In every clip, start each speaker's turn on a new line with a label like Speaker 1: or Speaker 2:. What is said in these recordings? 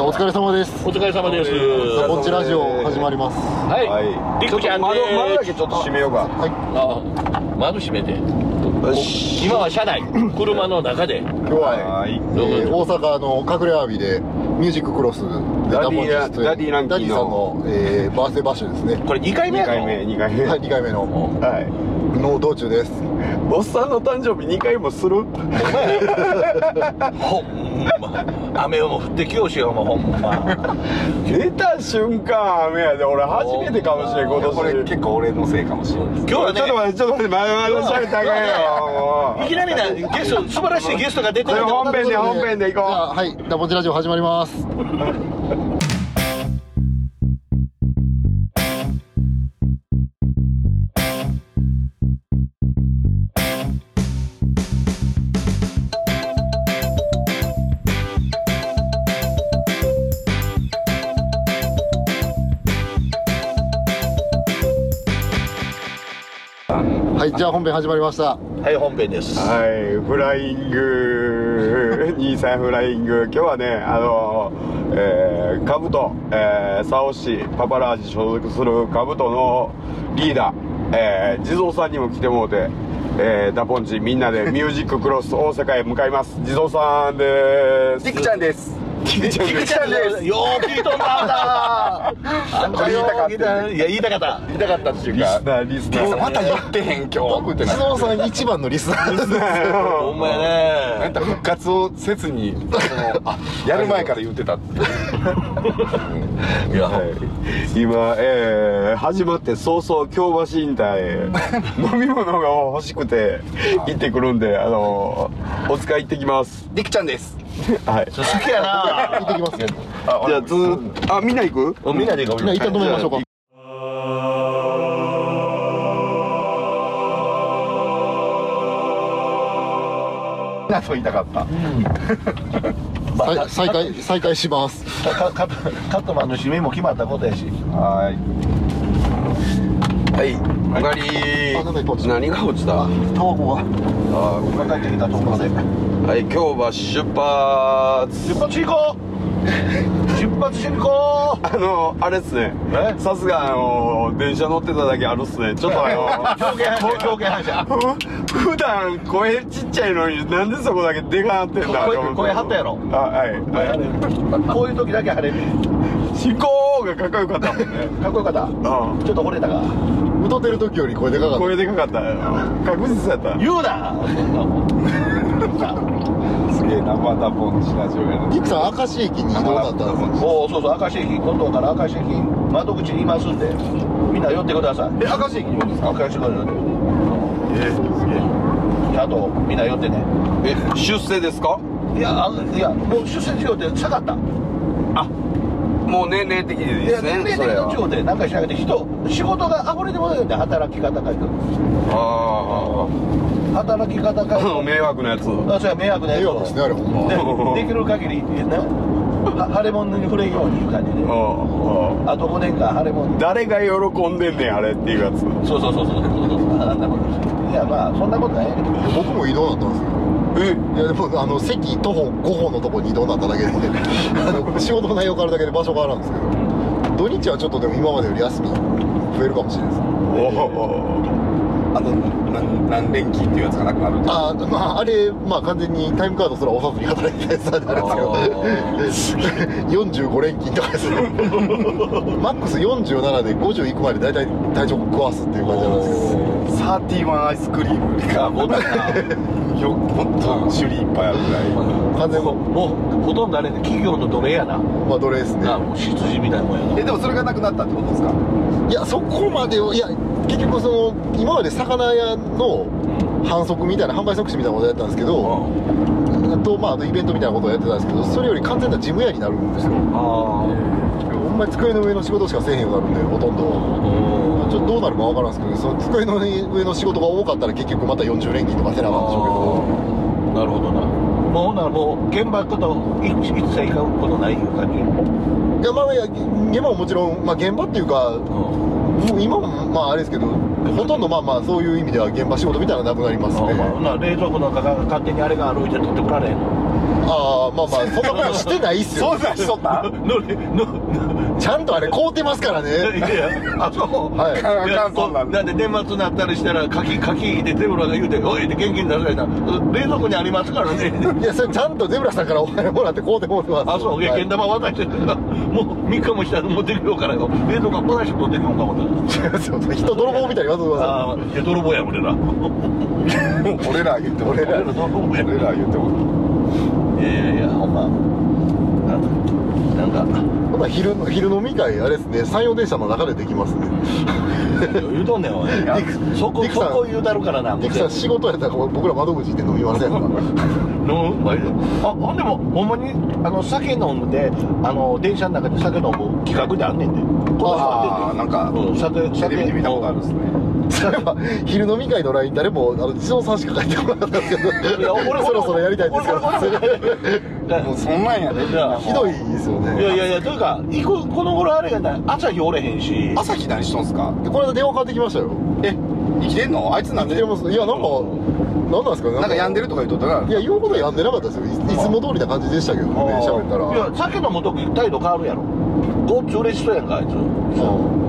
Speaker 1: お疲れ様です
Speaker 2: お疲れ様です。
Speaker 1: サ
Speaker 2: は
Speaker 1: ポンチラジオ始まります
Speaker 2: い。り
Speaker 3: ちょ
Speaker 2: く
Speaker 3: っ
Speaker 2: ちゃ
Speaker 3: と
Speaker 2: んで
Speaker 3: 窓
Speaker 2: す。
Speaker 3: 窓だけちょっと閉めようか
Speaker 1: はい
Speaker 2: あ窓閉めて。
Speaker 3: よし
Speaker 2: 今は車内、車の中で。
Speaker 1: 今日は、
Speaker 3: はい
Speaker 1: えー大阪の隠れアワビでミュージッククロスで
Speaker 3: ダディや
Speaker 1: ダポンチ出演
Speaker 3: ダディランキ
Speaker 1: ダ
Speaker 3: ーの
Speaker 1: ディさんの、えーバースデーバッシュですね
Speaker 2: これ2回目
Speaker 3: 2
Speaker 2: や
Speaker 3: 回
Speaker 2: の
Speaker 3: 目2回目
Speaker 1: はい2回目の
Speaker 3: は
Speaker 1: の道中です
Speaker 3: いおっさんの誕生日2回もする
Speaker 2: ほんま。雨も降ってきよしよ、もうほんま。
Speaker 3: 出た瞬間雨やで俺初めてかもしれん今年
Speaker 4: これ結構俺のせいかもしれないです
Speaker 2: 今日は
Speaker 3: ちょっと
Speaker 2: ね、
Speaker 3: 待ってちょっと待って前々しゃべったらあかん
Speaker 2: い
Speaker 3: よ
Speaker 2: きなりなゲスト、素晴らしいゲストが出て
Speaker 3: そ
Speaker 2: る
Speaker 3: れ
Speaker 2: んだ
Speaker 3: 本編で本編で
Speaker 1: じ
Speaker 3: 行こう
Speaker 1: ゃあはいダポンチラジオ始まりますはいじゃあ本編始まりました
Speaker 2: はい、本編です。
Speaker 3: はい、フライング、23フライング、今日はね、あの、えー、カブト、えー、サオシ、パパラージ所属するカブトのリーダー、えー、地蔵さんにも来てもうて、えー、ダポンチみんなでミュージッククロス大阪へ向かいます。地蔵さんでーす。
Speaker 4: りくちゃんです
Speaker 3: キクちゃん
Speaker 2: 菊ちゃんです。よう聞いとんな、あんた。
Speaker 3: これ言いたかった
Speaker 2: いや、言いたかった。言いたかったっていう
Speaker 3: リス
Speaker 2: か。
Speaker 3: ナー、リスナー。
Speaker 4: また言ってへん今日
Speaker 1: 多分地蔵さん一番のリスナーですね
Speaker 2: ほんまや
Speaker 4: なん
Speaker 2: ね。
Speaker 4: か復活をせずにそのあやる前から言ってたって
Speaker 2: いや、
Speaker 3: はい、今、えー始まって早々京橋インターへ飲み物が欲しくて行ってくるんであのーお使い行ってきます
Speaker 4: りくちゃんです
Speaker 3: はい
Speaker 2: 好きやな。
Speaker 1: 行ってきますね
Speaker 3: じゃあずーあみんな行く
Speaker 2: おみんなで行こう
Speaker 1: みんな一旦止めましょうか
Speaker 4: なと言いたかった
Speaker 1: さい再開再開します
Speaker 2: カカッカットマンの指名も決まったことやし
Speaker 3: はいはいおかり
Speaker 1: あなんかいっぱい落ちた
Speaker 3: 何が落ちたあ
Speaker 2: 卵が
Speaker 3: ー
Speaker 2: 帰ってきたところで
Speaker 3: はい京橋出発
Speaker 2: 出発行こう出発しに行こ
Speaker 3: あのーあれっすね
Speaker 2: え
Speaker 3: さすがあのー電車乗ってただけあるっすねちょっと あのー
Speaker 2: う表現反射表現反射
Speaker 3: 普段声ちっちゃいのになんでそこだけでかなってんだ
Speaker 2: 声
Speaker 3: と思
Speaker 2: 声張ったやろ
Speaker 3: あはい、はい、
Speaker 2: こういう時だけ晴れる
Speaker 3: 進行がかっこよかったも んね
Speaker 2: かっこよかった
Speaker 3: う
Speaker 2: ちょっと惚れたか
Speaker 1: 歌ってる時より声でかか
Speaker 3: ん
Speaker 1: っ
Speaker 3: 声でかかったよ確実やった
Speaker 2: 言うなそんなもん
Speaker 4: すげえなまたポンチラジオや
Speaker 1: たリクさん明石駅に移動だったんです
Speaker 2: おおそうそう赤石駅今度から赤石駅窓口にいますんでみんな寄ってください
Speaker 4: え赤字にですか
Speaker 2: 赤石駅に寄ってちゃんとみんな寄ってね
Speaker 3: え出世ですか
Speaker 2: いやあいやもう出世中って下がった
Speaker 3: もう年齢的に
Speaker 2: いや年齢的な中でなんかしなくて人仕事が溢れてもらうよって働き方改革
Speaker 3: あ
Speaker 2: 働き方改
Speaker 3: ああの
Speaker 2: 革
Speaker 3: 迷惑なやつ
Speaker 2: あそれは迷惑なやつ
Speaker 1: 迷惑ですねあれほんま
Speaker 3: 惑
Speaker 2: でできる限りねは腫れ物に触れんようにいう感じで
Speaker 3: あ
Speaker 2: あと5年間腫れ物に
Speaker 3: 誰が喜んでんねんあれっていうやつ
Speaker 2: そうそうそうそうそうそうあんなことですいやまあそんなことないやけど
Speaker 1: 僕も移動だったんですよ
Speaker 3: え
Speaker 1: いやでもあの席徒歩5歩のとこに移動になっただけであの仕事の内容変わるだけで場所変わるんですけど土日はちょっとでも今までより休み増えるかもしれないです
Speaker 3: お
Speaker 4: あと何何連勤っていうやつがなくなるんじゃ
Speaker 1: あーまああれまあ完全にタイムカードすら押さずに働いてたやつなんであれですけど45連勤とかですねマックス47で50いくまで大体体調壊すっていう感じなんですけど
Speaker 4: サーティワンアイスクリームが
Speaker 2: もうだから
Speaker 4: よほんと種類いっぱいあるぐらい
Speaker 1: 完全
Speaker 2: もうもうほとんどあれで企業の奴隷やな
Speaker 1: まあ奴隷ですね
Speaker 2: なもう執事みたいなもんや
Speaker 4: えでもそれがなくなったってことですか
Speaker 1: いやそこまでをいや結局その今まで魚屋の販促みたいな販売促進みたいなことやってたんですけど、とまああのイベントみたいなことをやってたんですけどそれより完全な事務屋になるんですよ
Speaker 2: なあ
Speaker 1: ほんまに机の上の仕事しかせえへんようになるんでほとんどちょっとどうなるかわからんすけどその机の上の仕事が多かったら結局また40連勤とかせなあかんでしょ
Speaker 2: なるほどなもうほんならもう現場こと一一切買うことないいう感じ
Speaker 1: うけどいやまあいや現場ももちろん、まあ、現場っていうかもう今もまああれですけどほとんどまあまあそういう意味では現場仕事みたいなのなくなります
Speaker 2: あ
Speaker 1: ね
Speaker 2: まあほな冷蔵庫の中が勝手にあれが歩いて取ってこられへんの
Speaker 1: ああまあまあそんなことはしてないっすよ
Speaker 5: そんなんしとった
Speaker 2: 乗れ乗
Speaker 1: ちゃんとあれ凍ってますからね
Speaker 2: い やあそう
Speaker 1: はい
Speaker 5: あ
Speaker 2: い
Speaker 5: か
Speaker 2: や
Speaker 5: ん
Speaker 2: そ
Speaker 5: そ
Speaker 2: うんな
Speaker 5: なんん
Speaker 2: だって年末になったりしたら柿柿でゼブラが言うて「おい!」って現金出された冷蔵庫にありますからね
Speaker 1: いやそれちゃんとゼブラさんからお金もらって買うてもらってます
Speaker 2: あそういや
Speaker 1: はい
Speaker 2: けん玉渡してるからもう3日もしたら持ってくようからよ冷蔵庫こないして持ってくようかもな
Speaker 1: 違うそう人泥棒みたいに言わずくださ
Speaker 2: ああいや泥棒や俺ら
Speaker 3: 俺ら言っても
Speaker 1: 俺ら
Speaker 2: 俺ら泥棒や
Speaker 3: 俺ら言っても
Speaker 2: いやいやいやほんまなんかなんか
Speaker 1: いほな昼の昼飲み会あれですね山陽電車の中でできますね
Speaker 2: 言うとんねんおい
Speaker 1: ディク
Speaker 2: そこ
Speaker 1: ディク
Speaker 2: そ
Speaker 1: さん
Speaker 2: こ言うたるからな
Speaker 1: リクさん仕事やったら僕ら窓口行って飲みませんから
Speaker 2: 飲む前であほんでもほんまにあの酒飲んであの電車の中で酒飲む企画であんねんで
Speaker 3: ああなんか
Speaker 2: うん酒
Speaker 3: テ
Speaker 2: 酒
Speaker 3: レビで見たことあるんですね
Speaker 1: そういえば昼飲み会の LINE 誰もあの地上さんしか書いてこなかったんですけど
Speaker 2: いや俺俺
Speaker 1: そろそろやりたいんですけど
Speaker 3: もうそんなんやで
Speaker 2: いや
Speaker 1: ひどいですよ
Speaker 2: いや
Speaker 1: ね
Speaker 2: いやいやというか行くこの頃あれがない朝日おれへんし
Speaker 3: 朝日何しとんすか
Speaker 1: でこの間電話かかってきましたよ
Speaker 3: え生きてんのあいつなん
Speaker 1: 来
Speaker 3: で
Speaker 1: てますいやなんかなんなんですかね
Speaker 3: なんか病んでるとか言うとった
Speaker 1: い
Speaker 3: か
Speaker 1: や言うことやんでなかったですよいいつも通りな感じでしたけどね喋った
Speaker 2: い
Speaker 1: ら
Speaker 2: や酒飲む時態度変わるやろごっつ嬉しそうやんかあいつ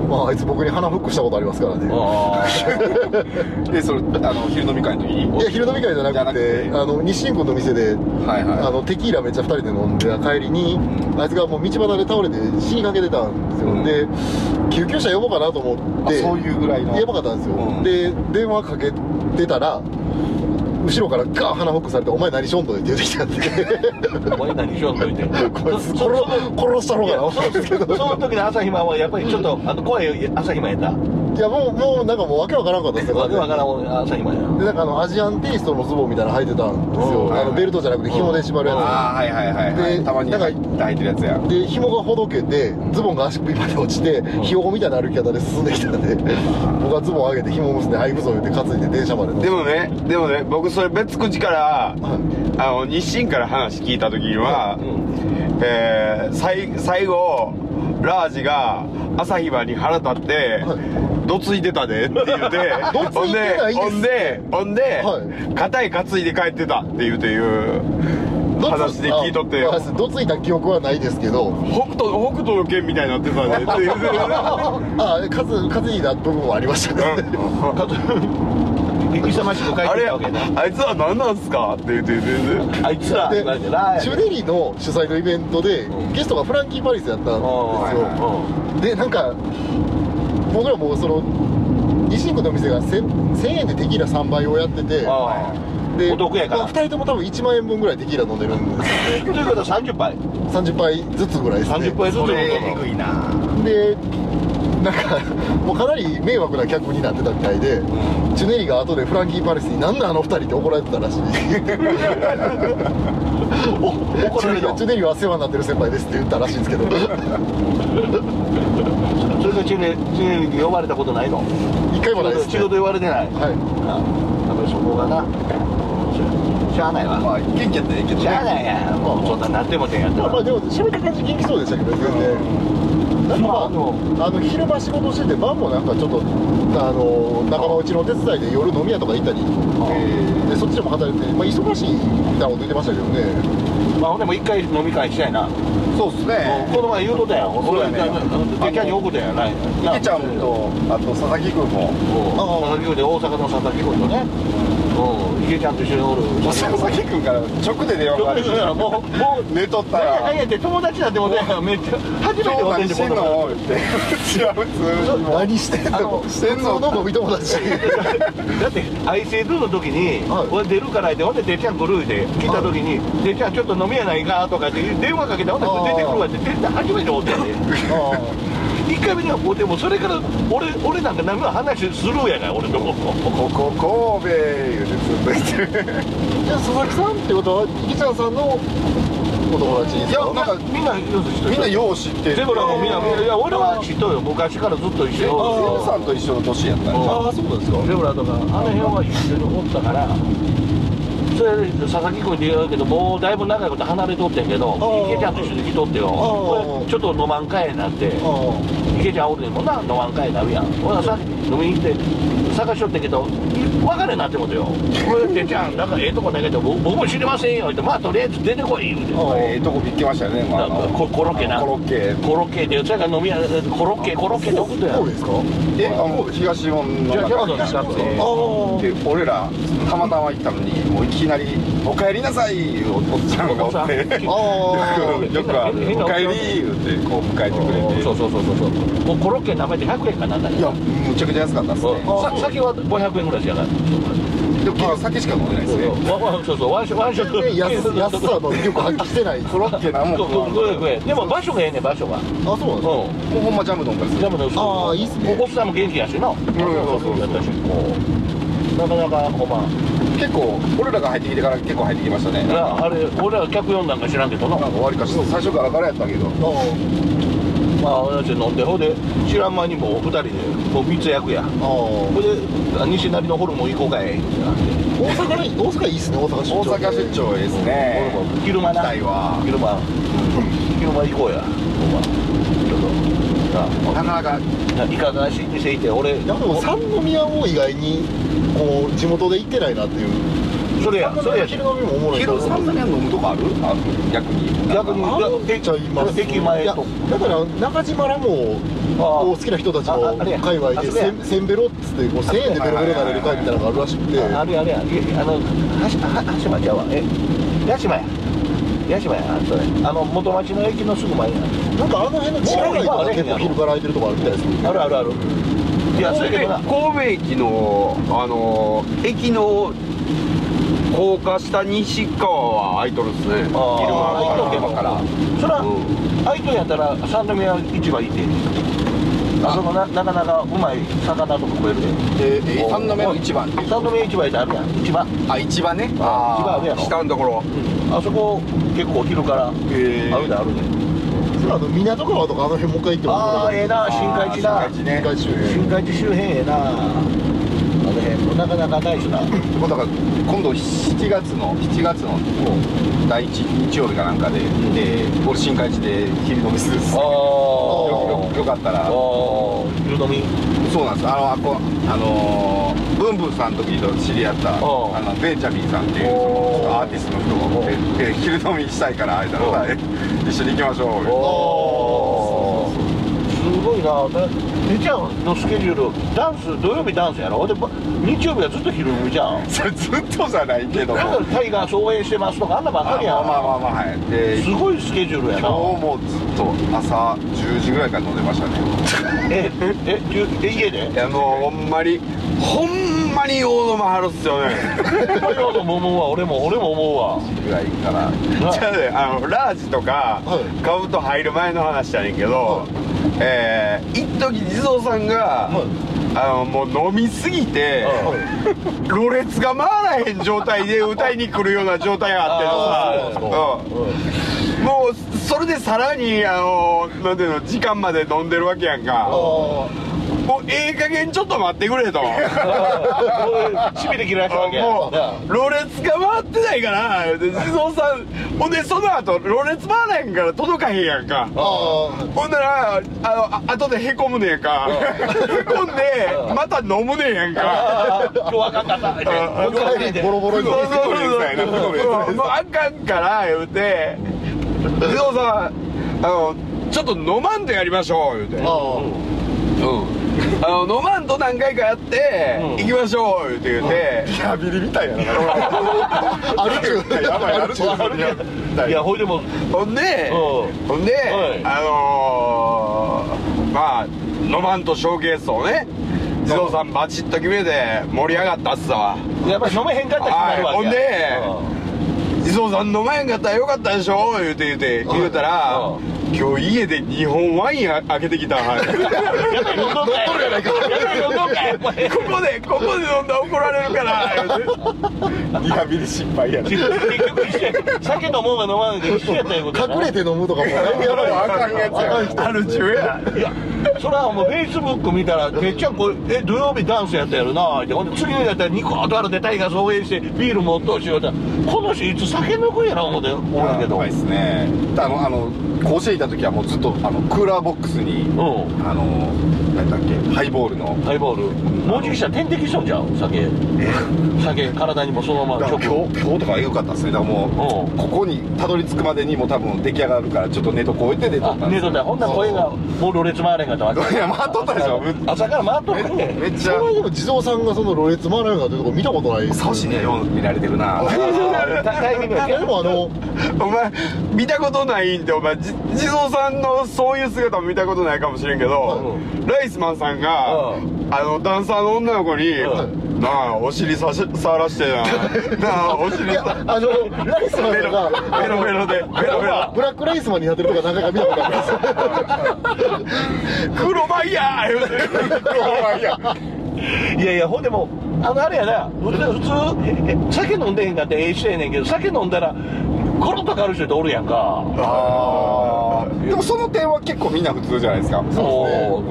Speaker 1: まああいつ僕に鼻フックしたことありますからね
Speaker 2: あ
Speaker 3: らでそれあの昼飲み会の時に
Speaker 1: いや昼飲み会じゃな
Speaker 3: じゃな
Speaker 1: くて
Speaker 3: くて
Speaker 1: あの日清君の店で
Speaker 3: はいはい
Speaker 1: あのテキーラめっちゃ2人で飲んで帰りにあいつがもう道端で倒れて死にかけてたんですよ、
Speaker 3: うん
Speaker 1: で救急車呼ぼうかなと思っ
Speaker 3: あ
Speaker 1: て
Speaker 3: そういうぐらいの
Speaker 1: やばかったんですよ、
Speaker 3: うん
Speaker 1: で電話かけてたら後ろからガーン鼻フックされて「お前何しょんどん」って出てきたんで
Speaker 2: あお前何しようといて
Speaker 1: こいつ殺殺したろ
Speaker 2: い
Speaker 1: か
Speaker 2: や
Speaker 1: な思ったんですけど
Speaker 2: その時の朝日マンはやっぱりちょっとあの怖い朝日マンやった
Speaker 1: いやもうもうなんかもう訳わからんかったですよ
Speaker 2: わけわからん朝日マンや
Speaker 1: でなんかあのアジアンテイストのズボンみたいなの履いてたんです
Speaker 2: うん
Speaker 1: よあのベルトじゃなくて紐で縛るや
Speaker 3: ああはいはいはい、は
Speaker 1: で
Speaker 3: い、たまに
Speaker 1: なんか
Speaker 3: 入ってるやつや
Speaker 1: つで紐がほどけてズボンが足首まで落ちてひよこみたいな歩き方で進んできたんで僕はズボン上げて紐結んで「あいくぞ」言って担いで電車まで乗って
Speaker 5: でもねでもね僕それ別口か
Speaker 1: は
Speaker 5: ら
Speaker 1: い
Speaker 5: あの日清から話聞いた時には、えー最最後ラージが朝日場に腹立って、どついてたでって言うて
Speaker 1: どついてないです
Speaker 5: ほんでほんでほ
Speaker 1: は
Speaker 5: んで硬、い、担いで帰ってたっていうという
Speaker 1: どつ
Speaker 5: 話で聞いとって
Speaker 1: あまあどついた記憶はないですけど
Speaker 5: 北斗北斗の剣みたいになってたでっていう
Speaker 1: ああ数数いだ部分もありましたね
Speaker 2: かと勇ましく帰っ
Speaker 5: あ
Speaker 2: てき
Speaker 5: れ
Speaker 2: たわけな
Speaker 5: あいつは何なんすかって言うて言うて
Speaker 2: あいつら
Speaker 1: で
Speaker 2: マジラ
Speaker 1: ジュネリの主催のイベントでゲストがフランキー・パリスやったんですよでなんか僕らもうその西新区のお店が 1000, 1000円でテキーラ3倍をやっててで
Speaker 2: お得やから
Speaker 1: まあ、2人とも多分1万円分ぐらいテキーラ飲んでるんですよね
Speaker 2: ということは30杯
Speaker 1: 30杯ずつぐらいですね
Speaker 2: 30杯ずつ飲
Speaker 3: そ
Speaker 2: む
Speaker 3: れえぐいな
Speaker 1: でなんかもうかなり迷惑な客になってたみたいで、ジュネリが後でフランキー・パレスに「なんだあの2人」って怒られてたらしい
Speaker 2: お怒
Speaker 1: ジュ
Speaker 2: ら
Speaker 1: ネ
Speaker 2: れ
Speaker 1: リは
Speaker 2: る
Speaker 1: ジュネリは世話になってる先輩ですって言ったらしいんですけど
Speaker 2: それがチネチネに呼ばれたことないの
Speaker 1: 一回もないです
Speaker 2: 仕事言われてないあ
Speaker 1: はい
Speaker 2: やっぱりそこがなうんしゃあないわ
Speaker 3: まあ元気やったらええけど
Speaker 2: し
Speaker 3: ね
Speaker 2: ゃあないやもうそんなんなってもてんやった
Speaker 1: まあ
Speaker 2: ら
Speaker 1: まあでも喋った感じ元気そうでしたけど全然なんかま
Speaker 2: まあ
Speaker 1: あ
Speaker 2: あの
Speaker 1: あの昼間仕事してて晩もなんかちょっとあの仲間内のお手伝いで夜飲み屋とか行ったりでそっちでも働いて、まあ、忙しいみたいなこと言ってましたけどね
Speaker 2: まあほんでも一回飲み会したいな
Speaker 3: そうっすね
Speaker 2: この前言うとったやん
Speaker 3: そうやね
Speaker 2: 俺一回あのでっかいに送ったやんない
Speaker 3: 池ちゃんとあと佐々木君も
Speaker 2: 佐々木君で大阪の佐々木君とねうん池ちゃんと一緒におる
Speaker 3: 佐々木君から直で電話があるし
Speaker 2: もうもう
Speaker 3: 寝とった
Speaker 2: 何や
Speaker 3: ら
Speaker 2: 何やって友達だってもねめっちゃ初めて
Speaker 3: 今
Speaker 2: 会
Speaker 3: 日
Speaker 2: う
Speaker 3: 何
Speaker 2: てん
Speaker 3: してん
Speaker 2: こんな
Speaker 3: のって違う普通に
Speaker 1: 何してん
Speaker 2: あ
Speaker 1: の
Speaker 2: の
Speaker 1: してんの飲み友達
Speaker 2: だって愛生ドゥの時に、
Speaker 1: はい
Speaker 2: 俺出るからってほんでてっちゃん来るで来た時に「てっちゃんちょっと飲みやないか」とかって電話かけてほんで
Speaker 1: あー
Speaker 2: 出てくるわっててっちゃん初めて会うてんで1回目には会うてもそれから俺俺なんか何も話するやない俺とこ
Speaker 3: ここ神戸言うてずっと言ってる
Speaker 1: じゃあ佐々木さんってことは池ちゃんさんのお友達です
Speaker 3: いや
Speaker 1: か
Speaker 3: なんか
Speaker 2: みんなみ
Speaker 3: みんな
Speaker 2: よ
Speaker 3: よう知ってる
Speaker 2: ゼブラもみんなみんないや俺は知っとるよ昔からずっと一緒よ
Speaker 3: ゼブさんと一緒の年やったんじゃん
Speaker 2: あ
Speaker 1: あそうなんですか
Speaker 2: ゼブラとかあの辺は一緒におったからそれで佐々木君で言うけどもうだいぶ長いこと離れとってんけど
Speaker 1: あ
Speaker 2: 池ちゃんと一緒に来とってよこれちょっと飲まんかいなって
Speaker 1: あ
Speaker 2: 池ちゃんおるねんもんな飲まんかいなるやんほらさ飲みに行って佐探しとってんけど分かれへんなってことよこれでじゃんなんかええとこ投げて僕僕も知りませんよ言ってまあとりあえず出てこい言うて
Speaker 1: ええとこ見っけましたよね、まあ、あの
Speaker 2: ココロッケな
Speaker 1: コロッケ
Speaker 2: コロッケでそれから飲み屋コロッケコロッケどこだよ
Speaker 6: 神戸ですか
Speaker 1: えあの東日本の
Speaker 2: じゃ
Speaker 1: 中
Speaker 2: あキャバ
Speaker 1: にあ
Speaker 2: ク
Speaker 6: あ
Speaker 1: っ
Speaker 6: あ
Speaker 1: てで俺らたまたま行ったのにもういきなり「おかえりなさい」お父ちゃんがおって
Speaker 6: ああ
Speaker 1: よくある「おかえり」言ってこう迎えてくれて
Speaker 2: そうそうそうそうそうもうコロッケ食べて100円かなんだけ
Speaker 1: い
Speaker 2: ど
Speaker 1: やむちゃくちゃ安かったですね
Speaker 2: さ酒は500円ぐらいしかない
Speaker 1: でも結構酒しか飲んでないですね
Speaker 2: わそうそうワンショワンショ
Speaker 6: 全
Speaker 2: ッ
Speaker 6: 然安安さの威力発揮してない
Speaker 1: コロッケなんも食わん
Speaker 2: でも場所がええね場所が
Speaker 6: あそうなんですか
Speaker 2: うん
Speaker 1: もうほんまジャム丼です
Speaker 2: で
Speaker 1: ね
Speaker 2: もね、
Speaker 6: あーいいっすね
Speaker 2: おおっさんも元気やしな。うん、そう
Speaker 1: そうそう
Speaker 2: 私こうなかなか、ほんま、
Speaker 1: 結構俺らが入ってきてから結構入ってきましたねなんか
Speaker 2: なあれ、俺ら客呼んだんか知らんけどな。ま
Speaker 1: 終わりかし最初からからやったけど
Speaker 6: あ
Speaker 2: あ、俺たち飲んで、ほいで、知らん間にもう二人で、もう三つ役や。
Speaker 6: あああ
Speaker 2: ほいで、あ西成のホルモン行こうかい。ってなって
Speaker 6: 大阪に大阪いいっすね大阪出
Speaker 1: 大
Speaker 6: 張
Speaker 1: 阪出張いいですね
Speaker 2: ホルモン昼間
Speaker 1: 行
Speaker 2: な。
Speaker 1: きたいわ
Speaker 2: 昼間。昼間行こうや。ほんま。ちょっと。
Speaker 1: な
Speaker 2: な
Speaker 1: かなか
Speaker 2: あ、ないかがわしい店行って、俺、
Speaker 6: いやでも三宮も意外にこう地元で行ってないなっていう
Speaker 2: それや、それや。
Speaker 6: 昼飲みもおもろい
Speaker 1: 昼三年飲むとこあるあ逆に
Speaker 2: 逆に
Speaker 6: あるっちゃいます
Speaker 2: 駅前
Speaker 6: いや
Speaker 2: と
Speaker 6: だから中島らも
Speaker 2: あ
Speaker 6: こう好きな人たち
Speaker 2: あ
Speaker 6: の
Speaker 2: ああれや
Speaker 6: 界隈
Speaker 2: あ
Speaker 6: で
Speaker 2: そこや
Speaker 6: 1000千ベロっつってこう1000円でベロベロになれる会みたいなのがあるらしくて
Speaker 2: あれあれや、いやあの、はし、は、はしまちゃうわ。え、八島や。八島や、あそれ。あの、元町の駅のすぐ前や。
Speaker 6: なんかあの辺の地下街とか結構昼から空いてるとこあるみたいですね
Speaker 2: あるあるある。いや、それけどな。
Speaker 3: 神戸駅のあの駅の高架下西川は空いとるっすね昼間
Speaker 2: あー
Speaker 3: 昼間から
Speaker 2: そら
Speaker 3: う、
Speaker 2: 相手やったら、三宮市場行って。あそこな、なかなかうまい魚とか食えるで。
Speaker 6: え
Speaker 1: え三度目の一番って
Speaker 2: 三宮市場行ってあるやん、市場。
Speaker 1: あ一番ねあ
Speaker 2: 市場あるやろ。
Speaker 3: 下のところ
Speaker 2: あそこ、結構昼から。
Speaker 3: へー
Speaker 2: あるで、あるで。
Speaker 6: それあの港川とかあの辺もう一回行っても
Speaker 2: ああ、ええな、新海地だ。
Speaker 1: 新
Speaker 6: 新
Speaker 1: 海地ね
Speaker 6: 海周辺
Speaker 2: 新海地周辺ええな。あの辺もなかなかないしな。
Speaker 1: もうだから今度7月の7月の第一日曜日かなんかでで俺新海地で昼飲みするっす
Speaker 2: あ
Speaker 1: よよ
Speaker 2: あ
Speaker 1: よかったら
Speaker 2: 昼飲み
Speaker 1: そうなんですあのあこあのーブンブンさんの時と知り合ったあ
Speaker 2: おう
Speaker 1: のベンジャミンさんっていう
Speaker 2: おう
Speaker 1: そのアーティストの人
Speaker 2: おう
Speaker 1: がでで昼飲みしたいからあいたら
Speaker 2: おう
Speaker 1: はい一緒に行きましょう
Speaker 2: おおすごいなでじちゃんのスケジュールダンス土曜日ダンスやろでば日曜日はずっと昼飲みじゃん
Speaker 1: それずっとじゃないけど
Speaker 2: だからタイガース応援してますとかあんなばっ
Speaker 1: ま
Speaker 2: か
Speaker 1: あ
Speaker 2: りや
Speaker 1: ま
Speaker 2: ん、
Speaker 1: あまあまあ、まあ、はいで
Speaker 2: すごいスケジュールや
Speaker 1: 今日
Speaker 2: な
Speaker 1: もずっと朝10時ぐらいから飲んでましたね
Speaker 2: ええええ家で
Speaker 3: いやもうほんまにほんまに大沼はるっすよね
Speaker 2: 俺も思うわ俺も俺も思うわ
Speaker 1: ぐらいから
Speaker 3: じゃあねあのラージとか
Speaker 6: はい
Speaker 3: カブト入る前の話やねんけど、えー一時地蔵さんが、あのもう飲みすぎて、ろれつが回らへん状 態で歌いに来るような状態があってさうんもうそれでさらにあのなんていうの時間まで飲んでるわけやんかもうええ加減ちょっと待ってくれと。
Speaker 2: しびれ切られたわけや
Speaker 3: も
Speaker 2: な
Speaker 3: う、ろれつが回ってないから、で地蔵さん、ほんで、その後、ろれつ回らへんから届かへんやんか。
Speaker 6: あ
Speaker 3: ほんなら、あの、あ後でへこむねんか。へこんで、また飲むねんやんか。
Speaker 2: あ今日あかんかったって
Speaker 3: あ
Speaker 6: あ帰りボロボロ
Speaker 3: そう
Speaker 6: に
Speaker 3: そうそう
Speaker 1: 不
Speaker 3: そう
Speaker 1: 合理みたいな不合理
Speaker 3: うんもうあかんから、言うて、地蔵さん、あの、ちょっと飲まんとやりましょう、言うて。
Speaker 6: あ
Speaker 3: うん、あの飲まんと何回かやって、
Speaker 2: うん
Speaker 3: 行きましょうって言って、
Speaker 1: リハビリみたいやなある中やばいある中
Speaker 2: いやほいでも
Speaker 3: ほんで、
Speaker 2: う
Speaker 3: ほんで、
Speaker 2: はい
Speaker 3: あのー、まあ飲まんとショーケースをね地蔵さんバチッと決めて盛り上がったっすわ
Speaker 2: やっぱり飲めへんかった人もあるわけや
Speaker 3: はいほんで地蔵さん飲まへんかったらよかったでしょ言うて言うて言うたら
Speaker 2: う
Speaker 3: 今日家で日本ワインあ開けてきた
Speaker 2: やっぱり飲んどんかいやっぱり飲んどんかいお前
Speaker 3: ここでここで飲んだら怒られるから言うて
Speaker 1: リハビリ失敗やな
Speaker 2: 結局一緒や酒飲もうが飲まないで一緒やったいうことや
Speaker 6: あ
Speaker 2: な
Speaker 6: 隠れて飲むとかもだいぶやばい
Speaker 1: あかんやつや
Speaker 3: ある中や
Speaker 2: いやそれはもうフェイスブック見た ら「てっちゃんこれえ土曜日ダンスやったやろな」ってほんで次の日やったらニコッとあるでタイガース応援してビール持っとうしようってこの人いつ酒抜くんやな思うて思うけど
Speaker 1: やばいっすねあのあの甲子園
Speaker 3: いた時はもうずっとあのクーラーボックスに
Speaker 2: うん
Speaker 3: あの何だっけハイボールの
Speaker 2: ハイボールもうじきしたら点滴しとんじゃん酒酒体にもそのまま
Speaker 3: だから
Speaker 2: 直
Speaker 3: 今日今日とか良かったですねだからもう
Speaker 2: う
Speaker 3: ここにたどり着くまでにもう多分出来上がるからちょっと寝とこう言って寝と
Speaker 2: あ
Speaker 3: ったん
Speaker 2: 寝
Speaker 3: です
Speaker 2: とったほんなら声がもうろれつ回れへんかったわけ
Speaker 3: いや回っとったでしょ
Speaker 2: 朝から回っとった
Speaker 3: め っち
Speaker 1: そ
Speaker 3: ゃ
Speaker 1: れはでも地蔵さんがそのろれつ回らないようなとこ見たことないです
Speaker 3: 少しねよう見られてるな
Speaker 2: タイミング
Speaker 1: いやでもあの
Speaker 5: お前見たことないんでお前じ地蔵さんのそういう姿を見たことないかもしれんけど、ライスマンさんが、
Speaker 2: うん
Speaker 5: あのダンサーの女の子に、
Speaker 2: う
Speaker 5: なあお尻さし触らしてななあお尻さ
Speaker 1: あのライスマン
Speaker 5: ベ
Speaker 1: と
Speaker 5: ロ
Speaker 1: か
Speaker 5: ベロベロでベロベロ
Speaker 1: ブラックライスマンになってるとか何回か見たことあります
Speaker 5: 黒バイヤー言うて黒バイヤー
Speaker 2: いやいやほんでもうあのあれやな普通普通酒飲んでへんかってええ人やねんけど酒飲んだらコロッと変わる人っておるやんか
Speaker 3: あーでもその点は結構みんな普通じゃないです
Speaker 2: そ
Speaker 3: か
Speaker 2: うです